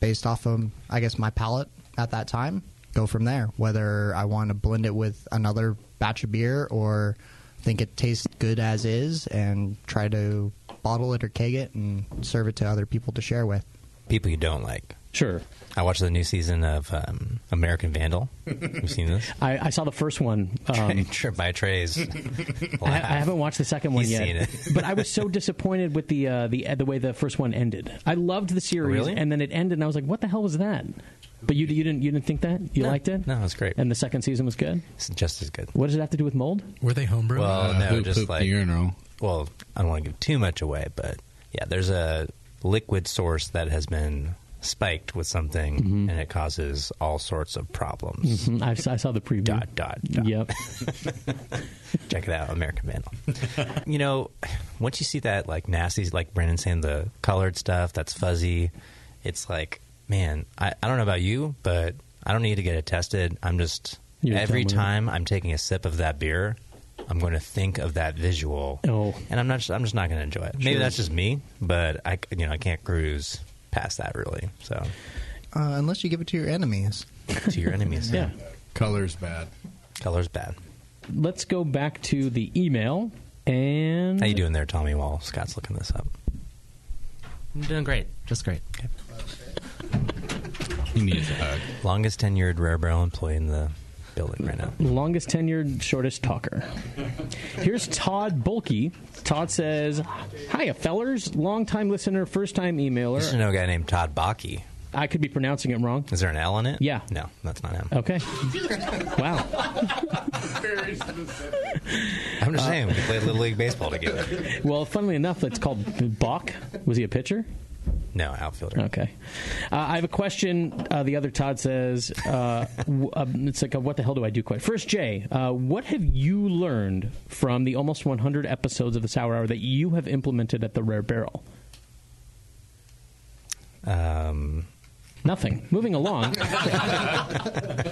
Speaker 10: based off of I guess my palate at that time, go from there. Whether I want to blend it with another batch of beer or think it tastes good as is and try to bottle it or keg it and serve it to other people to share with.
Speaker 1: People you don't like.
Speaker 3: Sure.
Speaker 1: I watched the new season of um, American Vandal. You've seen this?
Speaker 3: I, I saw the first one.
Speaker 1: Trey-
Speaker 3: Um,
Speaker 1: Trey- by Trey's.
Speaker 3: I, I haven't watched the second one
Speaker 1: He's
Speaker 3: yet,
Speaker 1: seen it.
Speaker 3: but I was so disappointed with the uh, the the way the first one ended. I loved the series,
Speaker 1: Really?
Speaker 3: and then it ended, and I was like, what the hell was that? But you you didn't you didn't think that you liked it?
Speaker 1: No, it's great.
Speaker 3: And the second season was good.
Speaker 1: It's just as good.
Speaker 3: What does it have to do with mold?
Speaker 5: Were they homebrew?
Speaker 1: Well,
Speaker 5: Uh,
Speaker 1: no,
Speaker 5: who
Speaker 1: just
Speaker 5: pooped
Speaker 1: like
Speaker 5: the urinal?
Speaker 1: Well, I don't want to give too much away, but yeah, there's a liquid source that has been spiked with something,
Speaker 3: Mm-hmm.
Speaker 1: and it causes all sorts of problems.
Speaker 3: Mhm. I, saw- I saw the preview. Dot
Speaker 1: dot.
Speaker 3: Yep.
Speaker 1: Check it out, American Vandal. you know, once you see that like nasty, like Brandon saying, the colored stuff that's fuzzy, it's like man, I, I don't know about you, but I don't need to get it tested. I'm just
Speaker 3: You're
Speaker 1: every
Speaker 3: dumber.
Speaker 1: time I'm taking a sip of that beer, I'm going to think of that visual.
Speaker 3: Oh.
Speaker 1: and I'm not. just- I'm just not going to enjoy it. Maybe
Speaker 3: Sure.
Speaker 1: that's just me, but I c- you know I can't cruise past that really. So
Speaker 10: Uh, unless you give it to your enemies.
Speaker 1: to your enemies,
Speaker 3: Yeah.
Speaker 7: Color's bad.
Speaker 1: Color's bad.
Speaker 3: Let's go back to the email and
Speaker 1: How you doing there, Tommy? While Scott's looking this up,
Speaker 6: I'm doing great. Just great.
Speaker 7: he needs a hug.
Speaker 1: Longest tenured rare barrel employee in the building right now.
Speaker 3: Longest tenured, shortest talker. Here's Todd Bulky. Todd says, "Hiya, fellers. Long time listener, first time
Speaker 1: Used to
Speaker 3: emailer.
Speaker 1: know a guy named Todd Bakke.
Speaker 3: I could be pronouncing it wrong.
Speaker 1: Is there an L in it?
Speaker 3: Yeah.
Speaker 1: No, that's not him.
Speaker 3: Okay. wow.
Speaker 11: Very specific.
Speaker 1: I'm just
Speaker 3: Uh,
Speaker 1: saying we played little league baseball together.
Speaker 3: Well, funnily enough, it's called Bach. Was he a pitcher?
Speaker 1: No, outfielder.
Speaker 3: Okay. Uh, I have a question. Uh, the other Todd says, uh, w- um, it's like, a, what the hell do I do? Question. First, Jay, uh, what have you learned from the almost 100 episodes of the Sour Hour that you have implemented at the Rare Barrel?
Speaker 1: Um,
Speaker 3: Nothing. Moving along.
Speaker 1: I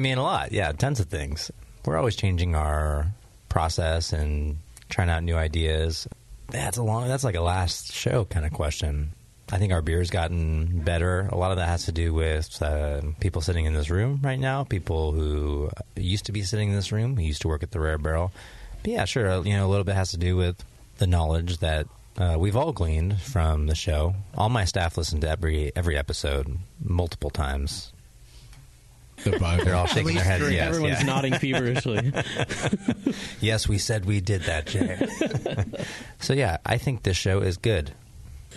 Speaker 1: mean, a lot. Yeah, tons of things. We're always changing our process and trying out new ideas. That's a long. That's like a last show kind of question. I think our beer's gotten better. A lot of that has to do with uh, people sitting in this room right now. People who used to be sitting in this room, who used to work at the Rare Barrel. But yeah, sure. You know, a little bit has to do with the knowledge that uh, we've all gleaned from the show. All my staff listened to every every episode multiple times
Speaker 7: The Bible.
Speaker 1: They're all shaking their heads. Yes,
Speaker 3: Everyone's
Speaker 1: yeah.
Speaker 3: nodding feverishly.
Speaker 1: yes, we said we did that, Jay. so yeah, I think this show is good.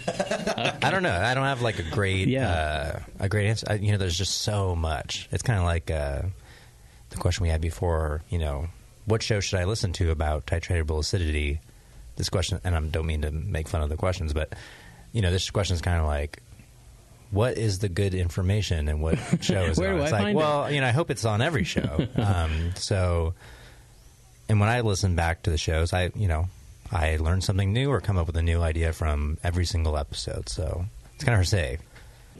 Speaker 1: I don't know. I don't have like a great, uh, a great answer. I, you know, there's just so much. It's kind of like uh, the question we had before. You know, what show should I listen to about titratable acidity? This question, and I don't mean to make fun of the questions, but you know, this question is kind of like, what is the good information and what show is
Speaker 3: Where
Speaker 1: it on?
Speaker 3: do
Speaker 1: it's
Speaker 3: I
Speaker 1: like,
Speaker 3: find it?
Speaker 1: well, you know, I hope it's on every show. um, so, and when I listen back to the shows, I you know, I learn something new or come up with a new idea from every single episode. So it's kind of hard to say.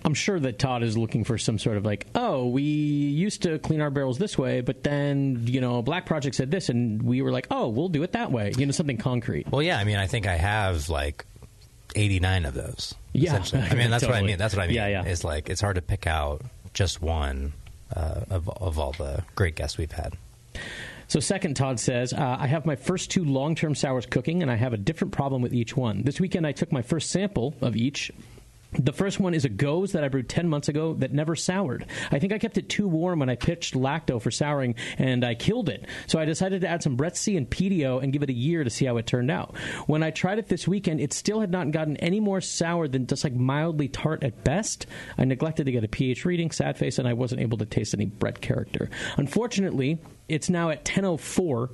Speaker 3: I'm sure that Todd is looking for some sort of like, oh, we used to clean our barrels this way, but then, you know, Black Project said this, and we were like, oh, we'll do it that way. You know, something concrete.
Speaker 1: Well, yeah, I mean, I think I have like 89 of those.
Speaker 3: Yeah.
Speaker 1: essentially. I mean, that's what I
Speaker 3: Totally.
Speaker 1: mean. That's what I mean.
Speaker 3: Yeah, yeah.
Speaker 1: It's like it's hard to pick out just one uh, of of all the great guests we've had.
Speaker 3: So, second, Todd says, uh, I have my first two long term sours cooking, and I have a different problem with each one. This weekend, I took my first sample of each. The first one is a goes that I brewed 10 months ago that never soured. I think I kept it too warm when I pitched lacto for souring and I killed it. So I decided to add some Brett C and PDO and give it a year to see how it turned out. When I tried it this weekend, it still had not gotten any more sour than just like mildly tart at best. I neglected to get a pH reading, sad face, and I wasn't able to taste any Brett character. Unfortunately, it's now at 10.04,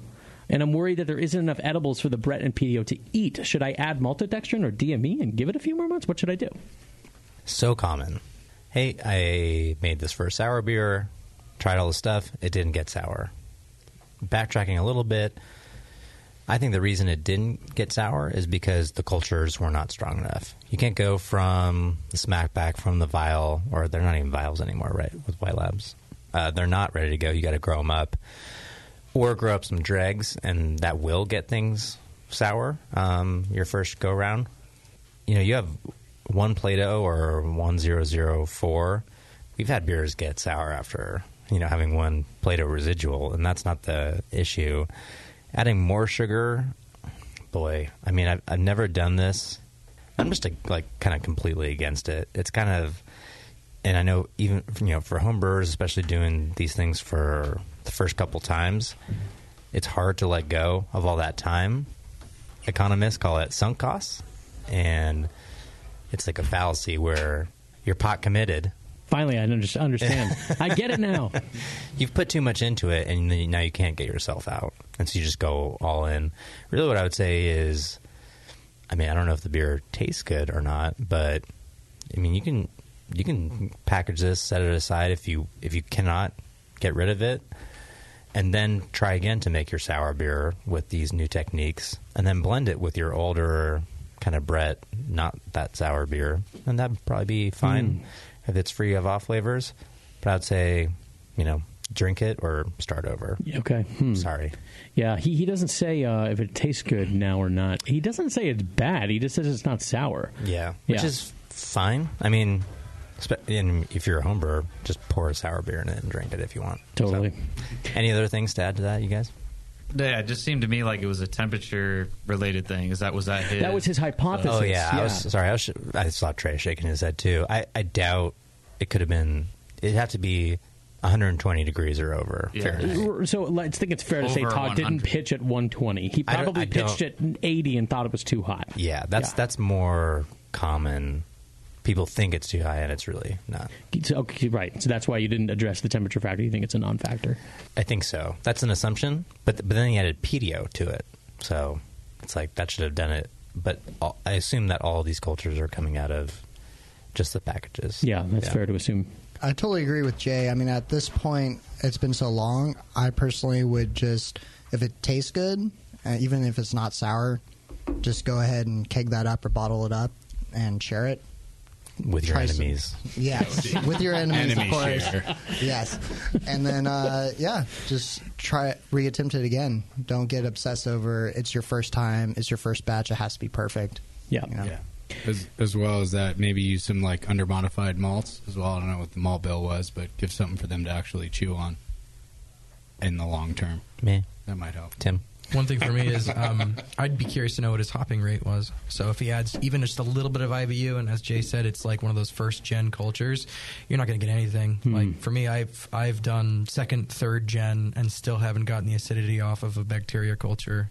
Speaker 3: and I'm worried that there isn't enough edibles for the Brett and PDO to eat. Should I add maltodextrin or DME and give it a few more months? What should I do?
Speaker 1: So common. Hey, I made this for a sour beer. Tried all the stuff. It didn't get sour. Backtracking a little bit, I think the reason it didn't get sour is because the cultures were not strong enough. You can't go from the smack back from the vial, or they're not even vials anymore, right? With White Labs, uh, they're not ready to go. You got to grow them up, or grow up some dregs, and that will get things sour. Um, your first go round, you know, you have one Play-Doh or one zero zero four. We've had beers get sour after you know having one Play-Doh residual, and that's not the issue. Adding more sugar, boy. I mean, I've, I've never done this. I'm just like kind of completely against it. It's kind of, and I know even you know for homebrewers, especially doing these things for the first couple times, it's hard to let go of all that time economists call it sunk costs, and it's like a fallacy where you're pot committed.
Speaker 3: Finally, I under- understand. I get it now.
Speaker 1: You've put too much into it, and then now you can't get yourself out, and so you just go all in. Really, what I would say is, I mean, I don't know if the beer tastes good or not, but I mean, you can you can package this, set it aside if you if you cannot get rid of it, and then try again to make your sour beer with these new techniques, and then blend it with your older kind of Brett, not that sour beer, and that'd probably be fine if it's free of off flavors. But I'd say, you know, drink it or start over.
Speaker 3: Okay. Hmm.
Speaker 1: Sorry.
Speaker 3: Yeah, he, he doesn't say uh, if it tastes good now or not. He doesn't say it's bad. He just says it's not sour.
Speaker 1: Yeah, which
Speaker 3: Yeah.
Speaker 1: is fine. I mean, spe- and if you're a home brewer, just pour a sour beer in it and drink it if you want.
Speaker 3: Totally.
Speaker 1: any other things to add to that, you guys?
Speaker 9: Yeah, it just seemed to me like it was a temperature related thing. Is that was that his?
Speaker 3: That was his hypothesis.
Speaker 1: Oh yeah, I
Speaker 3: Yeah.
Speaker 1: was sorry. I, was, I saw Trey shaking his head too. I, I doubt it could have been. It'd have to be 120 degrees or over. Fahrenheit.
Speaker 3: Uh, So let's think it's fair to say
Speaker 1: Over
Speaker 3: Todd
Speaker 1: 100.
Speaker 3: didn't pitch at 120. He
Speaker 1: I don't-
Speaker 3: probably
Speaker 1: I
Speaker 3: pitched at 80 and thought it was too hot.
Speaker 1: Yeah, that's that's more common. People think it's too high, and it's really not.
Speaker 3: So, okay, right. So that's why you didn't address the temperature factor. You think it's a non-factor.
Speaker 1: I think so. That's an assumption, but but then he added PDO to it, so it's like that should have done it. But all, I assume that all these cultures are coming out of just the packages.
Speaker 3: Yeah, that's fair to assume.
Speaker 10: I totally agree with Jay. I mean, at this point, it's been so long. I personally would just, if it tastes good, uh, even if it's not sour, just go ahead and keg that up or bottle it up and share it.
Speaker 1: With your
Speaker 10: Try some-
Speaker 1: enemies.
Speaker 10: yes, with your enemies,
Speaker 1: Enemy
Speaker 10: of course.
Speaker 1: share.
Speaker 10: Yes, and then uh, yeah, just try it, reattempt it again. Don't get obsessed over. It's your first time. It's your first batch. It has to be perfect.
Speaker 3: Yeah.
Speaker 10: You know?
Speaker 7: As, as well as that, maybe use some like undermodified malts as well. I don't know what the malt bill was, but give something for them to actually chew on in the long term.
Speaker 1: Man,
Speaker 7: that might help.
Speaker 1: Tim,
Speaker 5: One thing for me is um, I'd be curious to know what his hopping rate was. So if he adds even just a little bit of IBU, and as Jay said, it's like one of those first gen cultures, you're not going to get anything. Like for me, I've I've done second, third gen, and still haven't gotten the acidity off of a bacteria culture.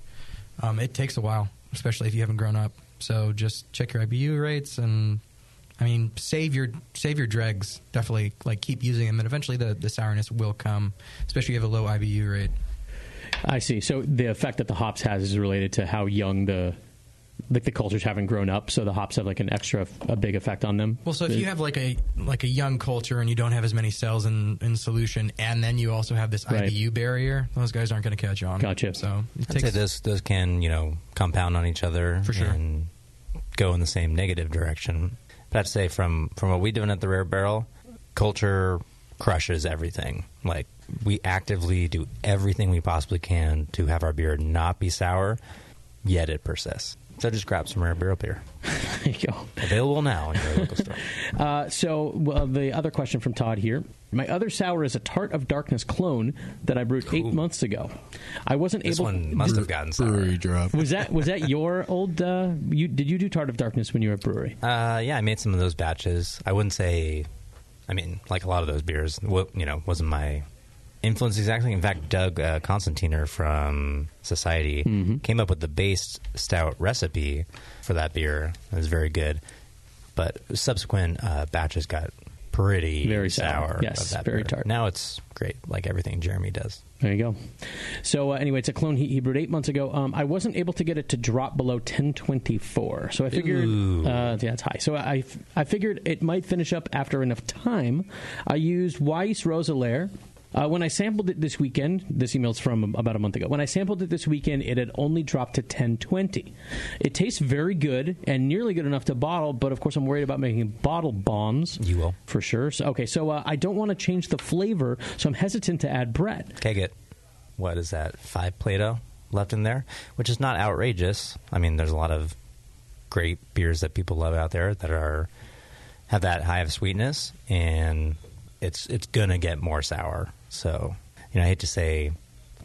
Speaker 5: Um, it takes a while, especially if you haven't grown up. So just check your IBU rates and. I mean, save your save your dregs. Definitely, like keep using them, and eventually the, the sourness will come. Especially if you have a low IBU rate.
Speaker 3: I see. So the effect that the hops has is related to how young the like the cultures haven't grown up. So the hops have like an extra a big effect on them.
Speaker 5: Well, so if
Speaker 3: The-
Speaker 5: you have like a like a young culture and you don't have as many cells in, in solution, and then you also have this
Speaker 3: Right.
Speaker 5: IBU barrier, those guys aren't going to catch on.
Speaker 3: Gotcha.
Speaker 5: So it
Speaker 1: I'd say
Speaker 5: takes
Speaker 1: those those can you know compound on each other
Speaker 5: For sure.
Speaker 1: and go in the same negative direction. But I'd say from from what we're doing at the Rare Barrel, culture crushes everything. Like we actively do everything we possibly can to have our beer not be sour, yet it persists. So just grab some Rare Barrel beer.
Speaker 3: there you go.
Speaker 1: Available now in your local store.
Speaker 3: Uh, so well, the other question from Todd here. My other sour is a Tart of Darkness clone that I brewed eight months ago. I wasn't
Speaker 1: This
Speaker 3: able.
Speaker 1: one must have gotten sour. Brewery drop.
Speaker 3: Was that was that your old? Uh, you did you do Tart of Darkness when you were at brewery?
Speaker 1: Uh, yeah, I made some of those batches. I wouldn't say, I mean, like a lot of those beers, wa- you know, wasn't my influence exactly. In fact, Doug uh, Constantiner from Society
Speaker 3: Mm-hmm.
Speaker 1: came up with the base stout recipe for that beer. It was very good, but subsequent uh, batches got pretty
Speaker 3: Very sour.
Speaker 1: sour.
Speaker 3: Yes,
Speaker 1: of that
Speaker 3: very
Speaker 1: beer.
Speaker 3: tart.
Speaker 1: Now it's great, like everything Jeremy does.
Speaker 3: There you go. So uh, anyway, it's a clone he, he brewed eight months ago. Um, I wasn't able to get it to drop below 1024, so I figured,
Speaker 1: Ooh.
Speaker 3: uh, yeah, it's high. So I, I figured it might finish up after enough time. I used Weiss Rosalaire. Uh, when I sampled it this weekend, this email's from about a month ago. When I sampled it this weekend, it had only dropped to 1020. It tastes very good and nearly good enough to bottle, but of course I'm worried about making bottle bombs. You will. For sure. So, okay, so uh, I don't want to change the flavor, so I'm hesitant to add bread.
Speaker 1: Keg it. What is that? Five Play-Doh left in there, which is not outrageous. I mean, there's a lot of great beers that people love out there that are have that high of sweetness, and it's it's gonna get more sour. So, you know, I hate to say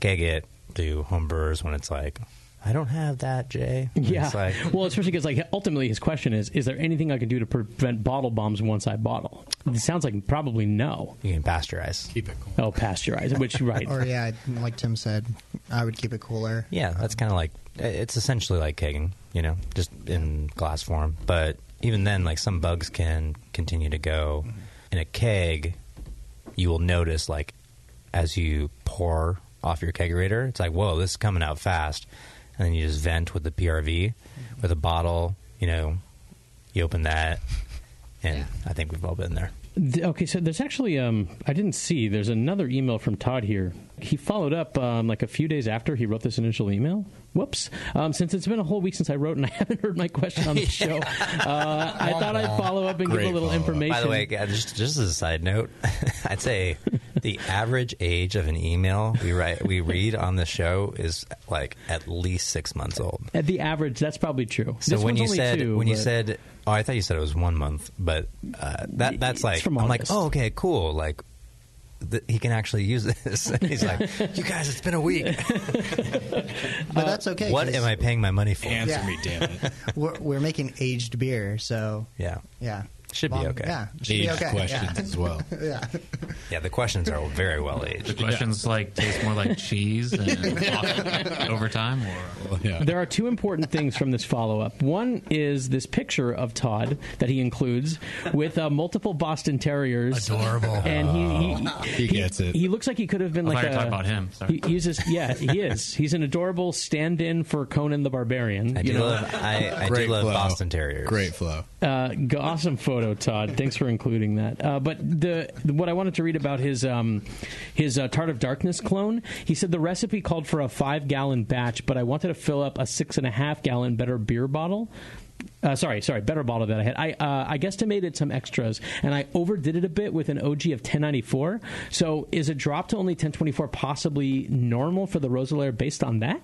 Speaker 1: keg it to homebrewers when it's like, I don't have that, Jay. And
Speaker 3: Yeah.
Speaker 1: it's like,
Speaker 3: well, especially because like ultimately his question is: Is there anything I can do to prevent bottle bombs once I bottle? It sounds like probably no.
Speaker 1: You can pasteurize.
Speaker 7: Keep it cool.
Speaker 3: Oh, pasteurize. Which right.
Speaker 10: Or yeah, like Tim said, I would keep it cooler.
Speaker 1: Yeah, that's kind of like eh, it's essentially like kegging, you know, just in glass form. But even then, like some bugs can continue to go. In a keg, you will notice like as you pour off your kegerator, it's like whoa, this is coming out fast, and then you just vent with the PRV with a bottle, you know, you open that, and I think we've all been there.
Speaker 3: Th- Okay, so there's actually um, I didn't see. There's another email from Todd here. He followed up um, like a few days after he wrote this initial email. Whoops! Um, since it's been a whole week since I wrote and I haven't heard my question on the show, uh, I thought I'd follow up and give a little information.
Speaker 1: By the way, uh, just, just as a side note, I'd say the average age of an email we write we read on the show is like at least six months old.
Speaker 3: at the average, that's probably true.
Speaker 1: So
Speaker 3: This
Speaker 1: when
Speaker 3: one's
Speaker 1: you
Speaker 3: only
Speaker 1: said
Speaker 3: two,
Speaker 1: when you
Speaker 3: but-
Speaker 1: said, oh, I thought you said it was one month, but uh, that that's like
Speaker 3: from
Speaker 1: I'm like,
Speaker 3: August.
Speaker 1: oh, okay, cool, like. Th- he can actually use this. He's like, you guys, it's been a week.
Speaker 10: But that's okay.
Speaker 1: Uh, What
Speaker 10: 'cause
Speaker 1: am I paying my money for?
Speaker 10: Answer Yeah. me, damn
Speaker 1: it.
Speaker 10: We're, we're making aged beer, so
Speaker 1: Yeah.
Speaker 10: yeah,
Speaker 1: Should be
Speaker 10: Long-
Speaker 1: okay.
Speaker 10: Yeah, should be okay. yeah. yeah.
Speaker 1: Yeah, the questions are very well aged.
Speaker 9: The questions like taste more like cheese and waffle over time,
Speaker 7: Oh,
Speaker 9: or
Speaker 3: There are two important things from this follow up. One is this picture of Todd that he includes with uh, multiple Boston Terriers.
Speaker 7: Adorable. Oh.
Speaker 3: And he, he,
Speaker 7: He gets it.
Speaker 3: He looks like he could have been
Speaker 9: I
Speaker 3: like
Speaker 9: thought you
Speaker 3: a,
Speaker 9: were talking about him. Sorry.
Speaker 3: He, he's just yeah, he is. He's an adorable stand-in for Conan the Barbarian.
Speaker 1: I
Speaker 3: you
Speaker 1: do
Speaker 3: know?
Speaker 1: love, I, I do
Speaker 7: Great
Speaker 1: love
Speaker 7: flow.
Speaker 1: Boston Terriers.
Speaker 7: Great flow.
Speaker 3: Uh, g- awesome photo, Todd. Thanks for including that. Uh, but the what I wanted to read about his um, his uh, Tart of Darkness clone. He said the recipe called for a five gallon batch, but I wanted to fill up a six and a half gallon better beer bottle. Uh, sorry, sorry, better bottle that I had. I uh, I guesstimated some extras, and I overdid it a bit with an OG of 1094. So is a drop to only 1024 possibly normal for the Rosalaire based on that?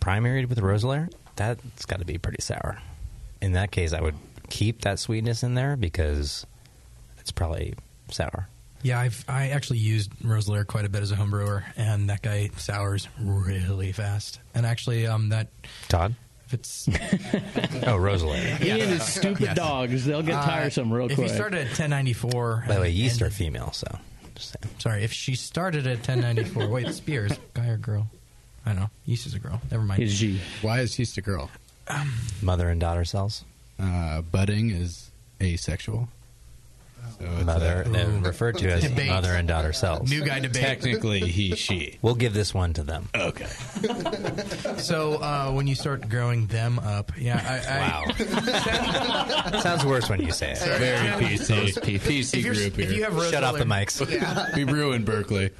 Speaker 1: Primaried with Rosalair, that's got to be pretty sour. In that case, I would keep that sweetness in there because it's probably sour.
Speaker 5: Yeah, I've I actually used Roselair quite a bit as a home brewer, and that guy sours really fast. And actually, um, that
Speaker 1: Todd,
Speaker 5: if it's
Speaker 1: oh Rosalair,
Speaker 3: Ian is stupid dogs. They'll get
Speaker 5: Uh,
Speaker 3: tiresome real
Speaker 5: if
Speaker 3: quick.
Speaker 5: you start at 1094,
Speaker 1: By the way,
Speaker 5: and-
Speaker 1: yeast
Speaker 5: and-
Speaker 1: are female, so
Speaker 5: sorry, if she started at 1094, wait, it's beers, guy or girl? I don't know. Yeast is a girl. Never mind.
Speaker 3: Is G.
Speaker 7: Why is yeast a girl?
Speaker 5: Um,
Speaker 1: mother and daughter cells.
Speaker 7: Uh, budding is asexual. So
Speaker 5: Oh,
Speaker 7: it's
Speaker 1: Mother
Speaker 7: a-
Speaker 1: and referred to as
Speaker 7: Debate.
Speaker 1: mother and daughter cells.
Speaker 5: New guy debate.
Speaker 7: Technically, he she.
Speaker 1: We'll give this one to them.
Speaker 7: Okay.
Speaker 5: So uh, when you start growing them up, yeah, I, I,
Speaker 1: Wow. Sounds worse when you say it.
Speaker 7: Very PC.
Speaker 5: If
Speaker 7: PC
Speaker 5: you're-
Speaker 7: group
Speaker 5: if
Speaker 7: here.
Speaker 5: you have
Speaker 1: Shut off the
Speaker 5: Rosalair-
Speaker 1: mics.
Speaker 7: we brew in Berkeley.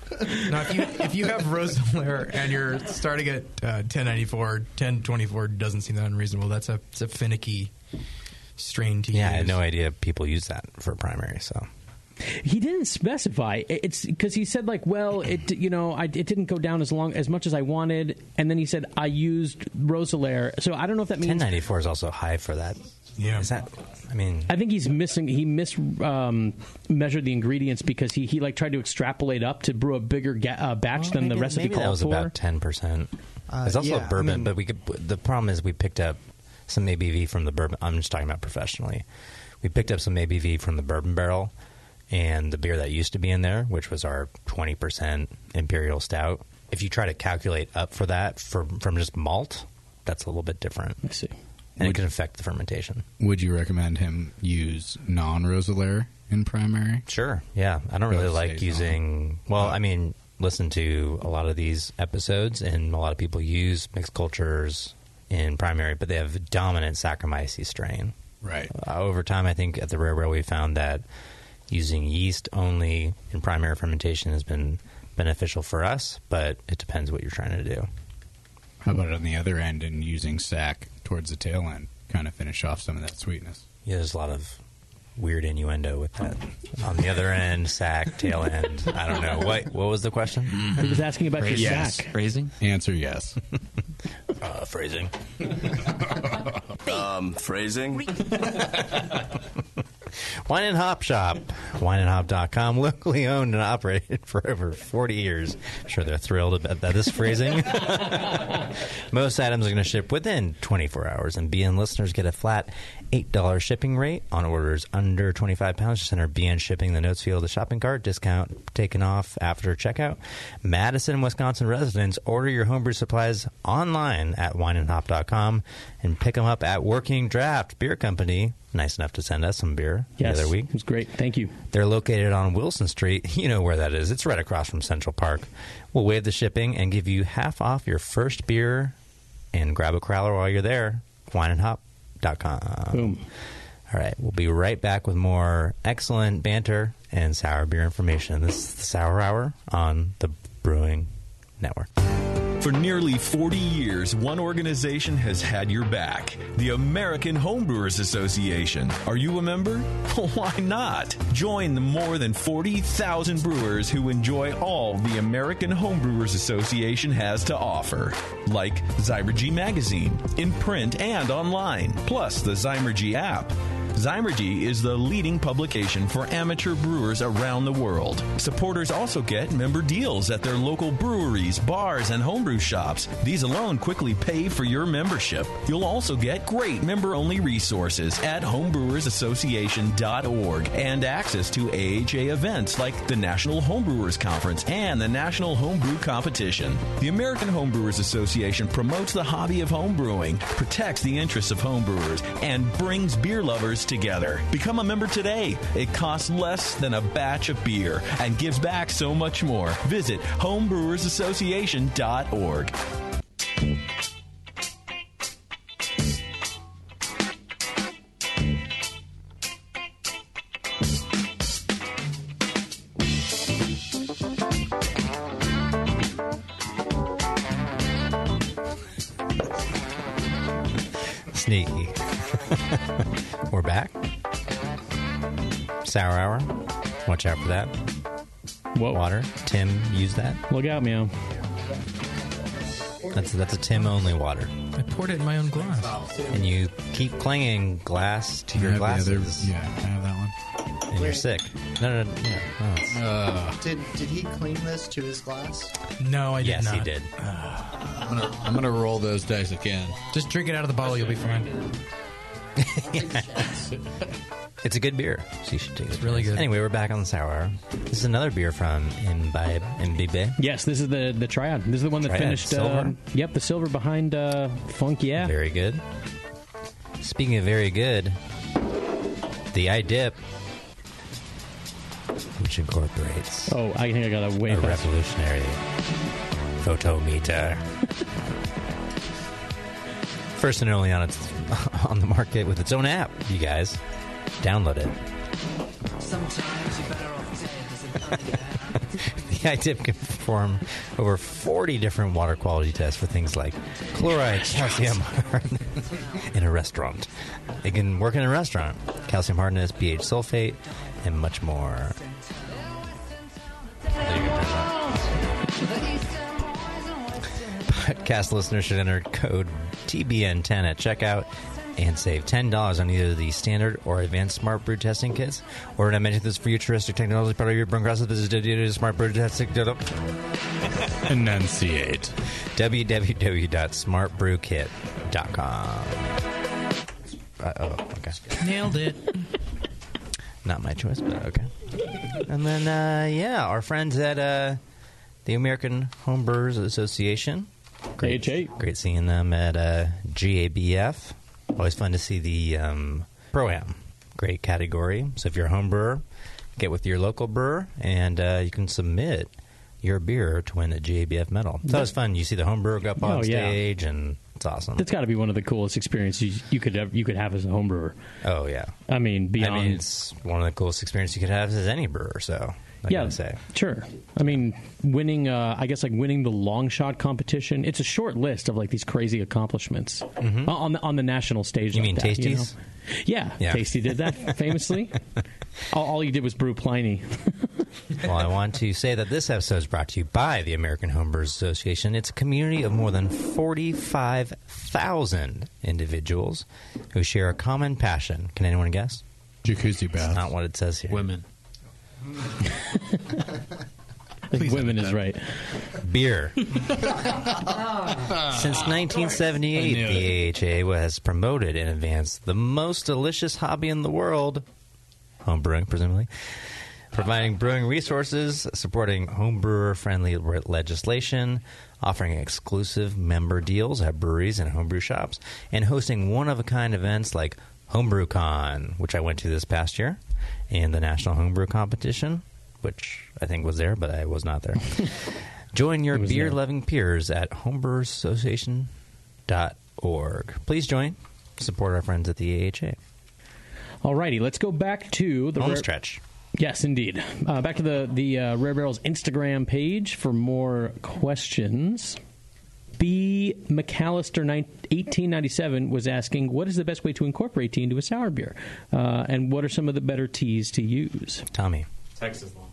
Speaker 5: Now, if you if you have Rosalair and you're starting at uh, 1094, 1024 doesn't seem that unreasonable. That's a it's a finicky strain to
Speaker 1: Yeah, I
Speaker 5: use.
Speaker 1: had no idea people use that for primary. So
Speaker 3: He didn't specify. I- It's because he said like, well, it you know, I, it didn't go down as long as much as I wanted, and then he said I used Rosalair. So I don't know if that means.
Speaker 1: 1094 is also high for that.
Speaker 5: Yeah.
Speaker 1: Is that? I mean,
Speaker 3: I think he's missing. He mis um, measured the ingredients because he, he like tried to extrapolate up to brew a bigger ga- uh, batch than the
Speaker 1: maybe-
Speaker 3: recipe
Speaker 1: maybe
Speaker 3: called
Speaker 1: that was
Speaker 3: for.
Speaker 1: about ten percent.
Speaker 10: Uh,
Speaker 1: There's also
Speaker 10: yeah, I
Speaker 1: a bourbon,
Speaker 10: mean-
Speaker 1: but we could. The problem is we picked up some ABV from the bourbon. I'm just talking about professionally. We picked up some ABV from the bourbon barrel and the beer that used to be in there, which was our twenty percent imperial stout. If you try to calculate up for that from from just malt, that's a little bit different,
Speaker 3: I see.
Speaker 1: and it can affect the fermentation.
Speaker 7: Would you recommend him use non Rosalair in primary?
Speaker 1: Sure. Yeah, I don't
Speaker 7: Go
Speaker 1: really
Speaker 7: say
Speaker 1: like
Speaker 7: something.
Speaker 1: using. Well, I mean, listen to a lot of these episodes, and a lot of people use mixed cultures in primary, but they have dominant Saccharomyces strain.
Speaker 7: Right.
Speaker 1: Uh, over time, I think at the Rare Rail, we found that using yeast only in primary fermentation has been beneficial for us, but it depends what you're trying to do.
Speaker 7: How about on the other end and using sack towards the tail end, kind of finish off some of that sweetness?
Speaker 1: Yeah, there's a lot of weird innuendo with that. On the other end, sac, tail end. I don't know. What what was the question?
Speaker 3: He was asking about your
Speaker 7: Yes.
Speaker 3: sack.
Speaker 9: phrasing.
Speaker 7: Answer yes.
Speaker 1: Uh, phrasing.
Speaker 11: Um, phrasing?
Speaker 1: Wine and Hop Shop. Wineandhop.com, locally owned and operated for over 40 years. I'm sure they're thrilled about that. This phrasing. Most items are going to ship within 24 hours, and BN listeners get a flat $8 shipping rate on orders under 25 pounds. Just enter BN shipping in the notes field of the shopping cart. Discount taken off after checkout. Madison, Wisconsin residents, order your homebrew supplies online at wineandhop.com and pick them up at Working Draft Beer Company. Nice enough to send us some beer
Speaker 3: Yes,
Speaker 1: the other week.
Speaker 3: it was great. Thank you.
Speaker 1: They're located on Wilson Street. You know where that is. It's right across from Central Park. We'll waive the shipping and give you half off your first beer and grab a crowler while you're there. Wineandhop.com.
Speaker 3: Boom.
Speaker 1: All right, we'll be right back with more excellent banter and sour beer information. This is the Sour Hour on the Brewing Network.
Speaker 2: For nearly 40 years, one organization has had your back the American Homebrewers Association. Are you a member? Why not? Join the more than 40,000 brewers who enjoy all the American Homebrewers Association has to offer, like Zymergy Magazine, in print and online, plus the Zymergy app. Zymergy is the leading publication for amateur brewers around the world. Supporters also get member deals at their local breweries, bars, and homebrew shops. These alone quickly pay for your membership. You'll also get great member only resources at homebrewersassociation.org and access to AHA events like the National Homebrewers Conference and the National Homebrew Competition. The American Homebrewers Association promotes the hobby of homebrewing, protects the interests of homebrewers, and brings beer lovers together. Become a member today. It costs less than a batch of beer and gives back so much more. Visit homebrewersassociation.org.
Speaker 1: Sneaky. We're back. Sour hour. Watch out for that.
Speaker 3: Whoa.
Speaker 1: Water. Tim, use that.
Speaker 3: Look out, meow.
Speaker 1: That's that's a Tim only water.
Speaker 5: I poured it in my own glass.
Speaker 1: And you keep clinging glass to your
Speaker 7: I have the other-
Speaker 1: glasses.
Speaker 7: yeah, I have that
Speaker 1: one. And you're
Speaker 10: Wait.
Speaker 1: sick. No, no, no. no. Oh, it's-
Speaker 10: Did did he clean this to his glass?
Speaker 5: No, I did
Speaker 1: yes,
Speaker 5: not.
Speaker 1: he did.
Speaker 7: I'm gonna, I'm gonna roll those dice again.
Speaker 5: Just drink it out of the bottle. You'll be fine.
Speaker 1: It's a good beer, so you should take it. It's
Speaker 5: really good.
Speaker 1: Anyway, we're back on the sour hour. This is another beer from Imbibe, Imbibe.
Speaker 3: Yes, this is the the triad. This is the one that
Speaker 1: Triad,
Speaker 3: finished. Uh,
Speaker 1: silver.
Speaker 3: yep, the silver behind uh, Funk. Yeah,
Speaker 1: Very good. Speaking of very good, the I Dip, which incorporates
Speaker 3: Oh, I think I got a way
Speaker 1: a
Speaker 3: faster.
Speaker 1: revolutionary photometer. First and only on its on the market with its own app. You guys, download it.
Speaker 12: Sometimes you're better off dead as a dummy.
Speaker 1: The ITIP can perform over 40 different water quality tests for things like chloride, calcium, in a restaurant. It can work in a restaurant, calcium hardness, pH sulfate, and much more. Podcast listeners should enter code TBN10 at checkout and save $10 on either the standard or advanced smart brew testing kits. Or did I mention this futuristic technology part of your brewing process? This is dedicated to smart brew testing. Enunciate. www.smartbrewkit.com. Uh, oh, okay.
Speaker 5: Nailed it.
Speaker 1: Not my choice, but okay. And then, uh, yeah, our friends at uh, the American Homebrewers Association. Great, great seeing them at uh, GABF. Always fun to see the um, pro am. Great category. So if you're a home brewer, get with your local brewer, and uh, you can submit your beer to win a GABF medal. So it's fun. You see the home brewer go up on
Speaker 3: Oh, yeah.
Speaker 1: stage, and it's awesome.
Speaker 3: That's got to be one of the coolest experiences you- you could have, you could have as a home brewer.
Speaker 1: Oh yeah,
Speaker 3: I mean beyond.
Speaker 1: I mean, it's one of the coolest experiences you could have as any brewer. So I
Speaker 3: yeah,
Speaker 1: gotta say.
Speaker 3: sure. I mean, winning. Uh, I guess like winning the long shot competition. It's a short list of like these crazy accomplishments
Speaker 1: Mhm.
Speaker 3: Uh, on the on the national stage.
Speaker 1: You
Speaker 3: like
Speaker 1: mean
Speaker 3: that, you
Speaker 1: Tasties?
Speaker 3: know? Yeah,
Speaker 1: Yeah.
Speaker 3: Tasty did that famously. all, all you did was brew Pliny.
Speaker 1: well, I want to say that this episode is brought to you by the American Homebrewers Association. It's a community of more than 45,000 individuals who share a common passion. Can anyone guess? Jacuzzi bath. not what it says here. Women.
Speaker 3: I think women is right.
Speaker 1: Beer.
Speaker 12: Ah.
Speaker 1: Since 1978, the AHA has promoted and advanced the most delicious hobby in the world home brewing, presumably. Providing brewing resources, supporting home brewer friendly legislation, offering exclusive member deals at breweries and homebrew shops, and hosting one of a kind events like Homebrew Con, which I went to this past year, and the National Homebrew Competition, which I think was there, but I was not there. Join your
Speaker 3: was there.
Speaker 1: beer loving peers at homebrewersassociation.org. Please join. Support our friends at the AHA.
Speaker 3: Alrighty, let's go back to the
Speaker 1: Home
Speaker 3: rare-
Speaker 1: stretch.
Speaker 3: Yes, indeed. Uh, back to the the uh, Rare Barrels Instagram page for more questions. B. McAllister, nine- 1897, was asking, "What is the best way to incorporate tea into a sour beer, uh, and what are some of the better teas to use?"
Speaker 1: Tommy,
Speaker 9: Texas long.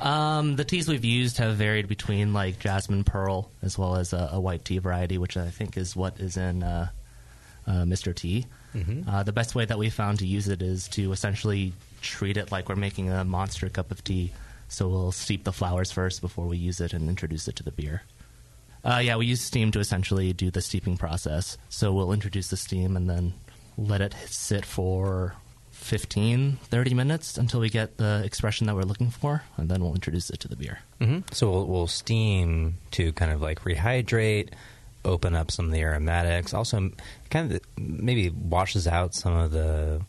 Speaker 6: Um, the teas we've used have varied between like jasmine pearl as well as a, a white tea variety, which I think is what is in uh, uh, Mr. Tea.
Speaker 1: Mhm.
Speaker 6: Uh, the best way that we found to use it is to essentially treat it like we're making a monster cup of tea. So we'll steep the flowers first before we use it and introduce it to the beer. Uh, yeah, we use steam to essentially do the steeping process. So we'll introduce the steam and then let it sit for 15, 30 minutes until we get the expression that we're looking for, and then we'll introduce it to the beer.
Speaker 1: Mm-hmm. So we'll, we'll steam to kind of like rehydrate, open up some of the aromatics. Also, m- kind of maybe washes out some of the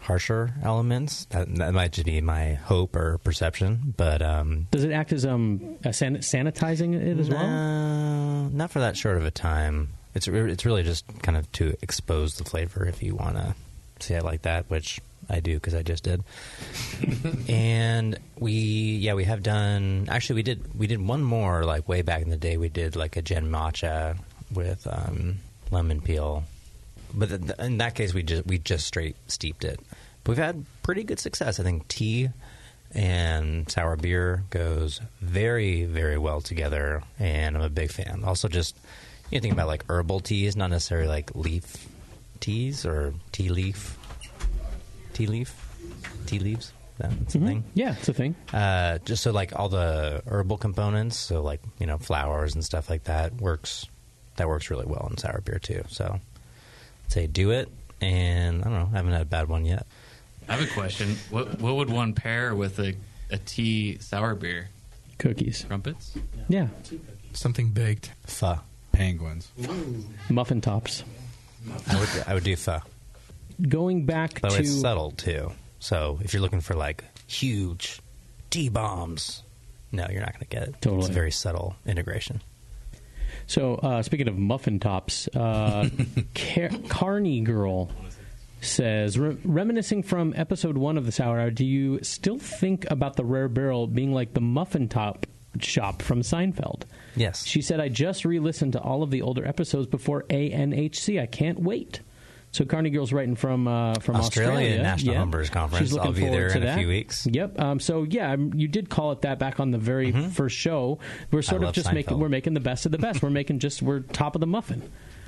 Speaker 1: harsher elements. That, that might just be my hope or perception, but um,
Speaker 3: Does it act as um a san- sanitizing it as well?
Speaker 1: no, Uh, not for that short of a time. It's re- it's really just kind of to expose the flavor if you want to see it like that, which I do because I just did. and we yeah we have done actually we did we did one more like way back in the day we did like a gin matcha with um, lemon peel, but th- th- in that case we just we just straight steeped it. But we've had pretty good success. I think tea and sour beer goes very very well together, and I'm a big fan. Also, just you know, think about like herbal teas, not necessarily like leaf teas or tea leaf, tea leaf, tea leaves. That's a thing.
Speaker 3: Mm-hmm. Yeah, it's a thing.
Speaker 1: Uh, just so like all the herbal components, so like you know flowers and stuff like that works. That works really well in sour beer too. So I'd say do it, and I don't know. I haven't had a bad one yet.
Speaker 9: I have a question. What what would one pair with a, a tea sour beer?
Speaker 3: Cookies.
Speaker 9: Crumpets?
Speaker 3: Yeah,
Speaker 5: Something baked.
Speaker 1: Pho.
Speaker 7: Penguins.
Speaker 3: muffin tops.
Speaker 1: I would I would do pho.
Speaker 3: Going back
Speaker 1: But
Speaker 3: to
Speaker 1: it's subtle too. So if you're looking for like huge T bombs, no, you're not going to get it. Totally. It's a very subtle integration.
Speaker 3: So, uh, speaking of muffin tops, uh, Car- Carney Girl says, Re- reminiscing from episode one of the Sour Hour, do you still think about the Rare Barrel being like the muffin top shop from Seinfeld?
Speaker 1: Yes.
Speaker 3: She said, I just re listened to all of the older episodes before ANHC. I can't wait. So, Carney Girl's writing from uh, from
Speaker 1: Australian
Speaker 3: Australia.
Speaker 1: National
Speaker 3: yeah.
Speaker 1: Homebrewers Conference.
Speaker 3: She's looking
Speaker 1: I'll be
Speaker 3: forward
Speaker 1: there
Speaker 3: to
Speaker 1: in a
Speaker 3: that.
Speaker 1: few weeks.
Speaker 3: Yep. Um, so yeah, um, you did call it that back on the very first show. We're sort of
Speaker 1: Mm-hmm. love
Speaker 3: just making
Speaker 1: Seinfeld.
Speaker 3: we're making the best of the best. we're making just we're top of the muffin.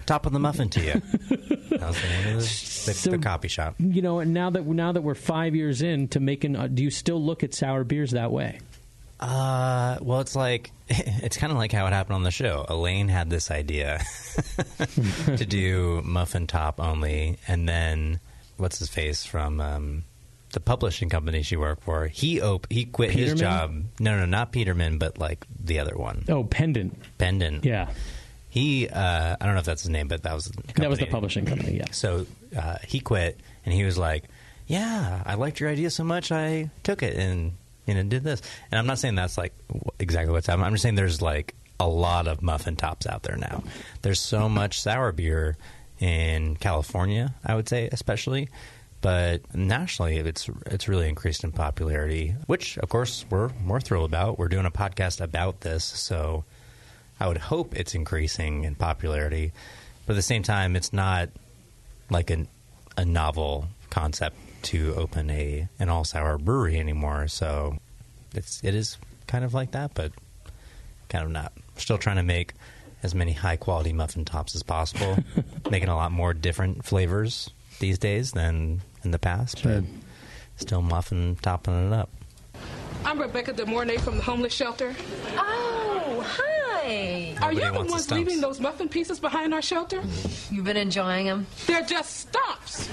Speaker 1: Top of the muffin to you. That was the name of the, the, the copy shop.
Speaker 3: You know, and now that now that we're five years in to making, uh, do you still look at sour beers that way?
Speaker 1: Uh, well, it's like it's kind of like how it happened on the show. Elaine had this idea to do muffin top only, and then what's his face from um, the publishing company she worked for? He op- he quit
Speaker 3: Peterman?
Speaker 1: his job. No, no, not Peterman, but like the other one.
Speaker 3: Oh, Pendant.
Speaker 1: Pendant.
Speaker 3: Yeah.
Speaker 1: He, uh, I don't know if that's his name, but that was the company.
Speaker 3: That was the publishing company. Yeah.
Speaker 1: So uh, he quit, and he was like, "Yeah, I liked your idea so much, I took it and you know did this." And I'm not saying that's like wh- exactly what's happening. I'm just saying there's like a lot of muffin tops out there now. There's so much sour beer in California, I would say especially, but nationally it's it's really increased in popularity, which of course we're we're thrilled about. We're doing a podcast about this, so I would hope it's increasing in popularity, but at the same time, it's not like an, a novel concept to open a an all sour brewery anymore. So it's it is kind of like that, but kind of not. We're still trying to make as many high quality muffin tops as possible, making a lot more different flavors these days than in the past, but still muffin topping it up.
Speaker 13: I'm Rebecca De Mornay from the homeless shelter. Oh, hi. Are
Speaker 1: Nobody
Speaker 13: you the
Speaker 1: wants the
Speaker 13: ones
Speaker 1: stumps.
Speaker 13: leaving those muffin pieces behind our shelter? You've been enjoying them? They're just stumps.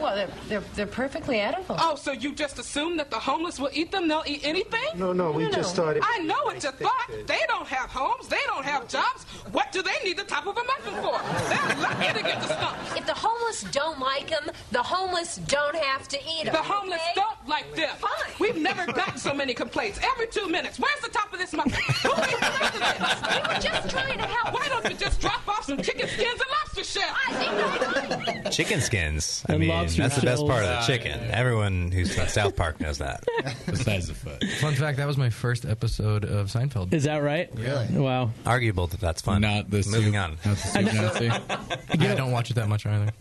Speaker 14: Well, they're, they're, they're perfectly edible.
Speaker 13: Oh, so you just assume that the homeless will eat them? They'll eat anything?
Speaker 15: No, no, we No, no, just no. thought it-
Speaker 13: I know what you thought. They don't have homes. They don't have jobs. What do they need the top of a muffin for? They're lucky to get the stumps.
Speaker 16: If the homeless don't like them, the homeless don't have to eat them.
Speaker 13: The homeless don't like them. We've never gotten so many complaints. Every two minutes, where's the top of this muffin? Who is the top of this? We were just trying to help. Why don't you just drop off some chicken skins and lobster chef.
Speaker 1: Chicken skins. I
Speaker 3: And
Speaker 1: mean, that's
Speaker 3: lobster
Speaker 1: the best part of
Speaker 3: shells.
Speaker 1: the chicken. Everyone who's from South Park knows that.
Speaker 7: Besides the foot.
Speaker 5: Fun fact: that was my first episode of Seinfeld.
Speaker 3: Is that right?
Speaker 5: Really?
Speaker 3: Wow.
Speaker 1: Arguable that that's fun. Not this. Moving on.
Speaker 5: yeah, I don't watch it that much either.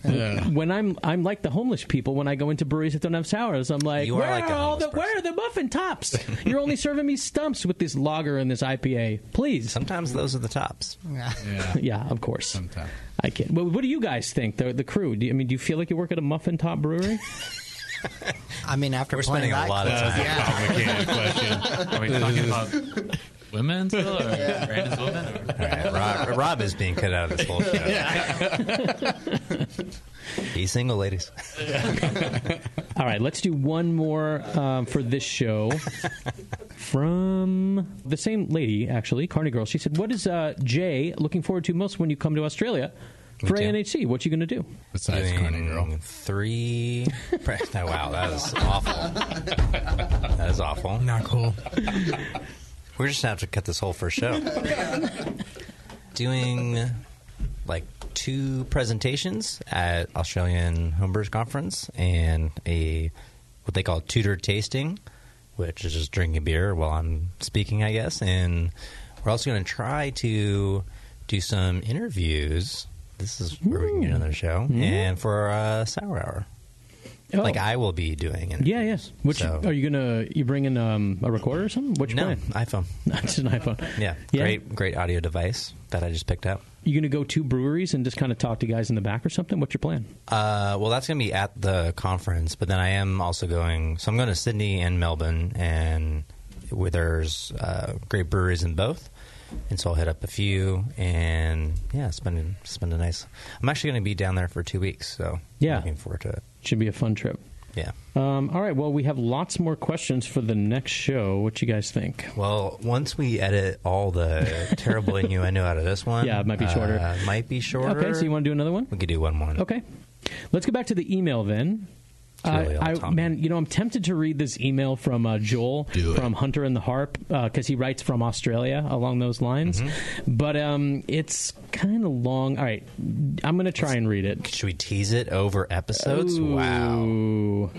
Speaker 3: When I'm I'm like the homeless people when I go into breweries that don't have sours. I'm like,
Speaker 5: You are
Speaker 3: where
Speaker 5: like
Speaker 3: are,
Speaker 5: a
Speaker 3: all the where are the muffin tops? You're only serving me stumps with this lager and this IPA. Please.
Speaker 1: Sometimes those are the tops.
Speaker 10: Yeah.
Speaker 3: Yeah, of course. Sometimes. I can. Well, what do you guys think? The, the crew. Do you, I mean, do you feel like you work at a muffin top brewery?
Speaker 10: I mean, after
Speaker 3: We're
Speaker 10: playing
Speaker 3: spending a
Speaker 10: that
Speaker 3: lot of
Speaker 10: clip-
Speaker 3: time.
Speaker 10: Yeah.
Speaker 9: Are we talking about women still? Or Brandon's women? Or?
Speaker 1: All right, Rob, Rob is being cut out of this whole show. He's single, ladies.
Speaker 3: All right, let's do one more um, for this show from the same lady, actually, Carney Girl. She said, "What is uh, Jay looking forward to most when you come to Australia for ANHC? What you going to do?"
Speaker 1: Besides Carney Girl. Three. pre- wow, that is awful. That is awful.
Speaker 5: Not cool.
Speaker 1: We're just going to have to cut this whole first show. Doing like two presentations at Australian Homebrewers Conference and a what they call tutor tasting, which is just drinking beer while I'm speaking, I guess. And we're also going to try to do some interviews. This is where we can get another show.
Speaker 3: Mm.
Speaker 1: And for uh, Sour Hour.
Speaker 3: Oh.
Speaker 1: Like I will be doing it.
Speaker 3: Yeah, yes. Which
Speaker 1: So-
Speaker 3: are you gonna? You bringing um, a recorder or something? What you
Speaker 1: No,
Speaker 3: bringing?
Speaker 1: iPhone.
Speaker 3: That's an iPhone.
Speaker 1: Yeah,
Speaker 3: Yeah.
Speaker 1: great, great audio device that I just picked up.
Speaker 3: You gonna go to breweries and just kind of talk to guys in the back or something? What's your plan?
Speaker 1: Uh, well, that's going to be at the conference, but then I am also going. So I'm going to Sydney and Melbourne, and where there's uh, great breweries in both. And so I'll hit up a few, and yeah, spend spend a nice. I'm actually going to be down there for two weeks, so
Speaker 3: Yeah.
Speaker 1: looking forward to it.
Speaker 3: Should be a fun trip.
Speaker 1: Yeah.
Speaker 3: Um, all right. Well, we have lots more questions for the next show. What you guys think?
Speaker 1: Well, once we edit all the terrible innuendo out of this one,
Speaker 3: Yeah, it might be shorter.
Speaker 1: uh, might be shorter.
Speaker 3: Okay, so you want to do another one?
Speaker 1: We could do one more.
Speaker 3: Okay. Let's go back to the email then.
Speaker 1: It's really all
Speaker 3: I, I,
Speaker 1: Tom.
Speaker 3: man, you know, I'm tempted to read this email from uh, Joel from Hunter and the Harp because he writes from Australia along those lines.
Speaker 1: Mm-hmm.
Speaker 3: But um, it's kind of long. All right, I'm going to try and read it.
Speaker 1: Should we tease it over episodes?
Speaker 3: Wow.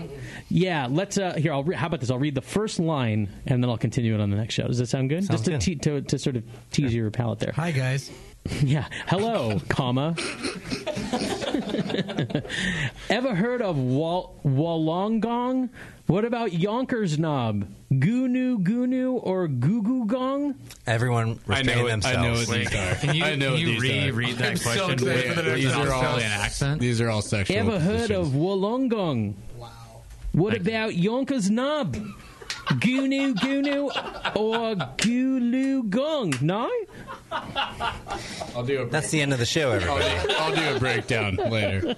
Speaker 3: Yeah, let's. Uh, here, I'll re- how about this? I'll read the first line and then I'll continue it on the next show. Does that sound good?
Speaker 5: Sounds
Speaker 3: Just to,
Speaker 5: good.
Speaker 3: Te- to, to sort of tease your palate there.
Speaker 5: Hi guys.
Speaker 3: Yeah. Hello, comma. Ever heard of Wal- Wollongong? What about Yonkers Knob? Goonoo Goonoo or Goo Goo Gong?
Speaker 1: Everyone
Speaker 9: I
Speaker 1: restrain
Speaker 9: know what- I
Speaker 1: themselves.
Speaker 9: know what these are. Can you- I know can what you these are. reread that I'm so question excited with- for the with next an episode. Australian accent?
Speaker 7: These are all sexual.
Speaker 3: Ever heard of Wollongong? Wow. What about Yonkers Knob? Goonoo Goonoo or Gooloo Gong? No?
Speaker 1: I'll do it. That's the end of the show, everybody.
Speaker 7: I'll do a breakdown later.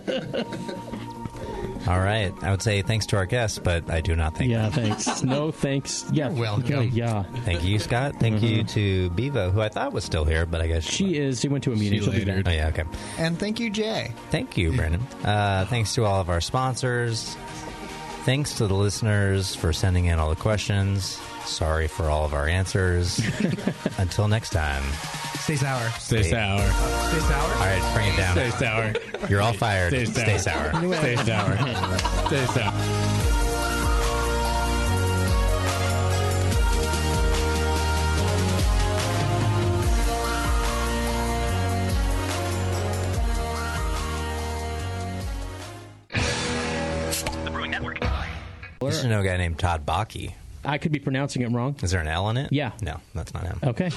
Speaker 1: All right. I would say thanks to our guests, but I do not thank
Speaker 3: Yeah,
Speaker 1: them.
Speaker 3: thanks. No, thanks. Yeah. Well, Yeah.
Speaker 1: Thank you, Scott. Thank you to Bevo, who I thought was still here, but I guess she
Speaker 3: is. She went to a meeting. She'll be later.
Speaker 1: Oh, yeah, okay.
Speaker 10: And thank you, Jay.
Speaker 1: Thank you, Brandon. Uh, thanks to all of our sponsors. Thanks to the listeners for sending in all the questions. Sorry for all of our answers. Until next time.
Speaker 5: Stay sour.
Speaker 1: Stay sour.
Speaker 5: Stay sour.
Speaker 1: All right, bring it down.
Speaker 5: Stay sour.
Speaker 1: You're all fired. Stay sour.
Speaker 7: Stay sour. Stay sour.
Speaker 15: The Brewing Network.
Speaker 1: You should know a guy named Todd Bakke.
Speaker 3: I could be pronouncing it wrong.
Speaker 1: Is there an L in it?
Speaker 3: Yeah.
Speaker 1: No, that's not him.
Speaker 3: Okay.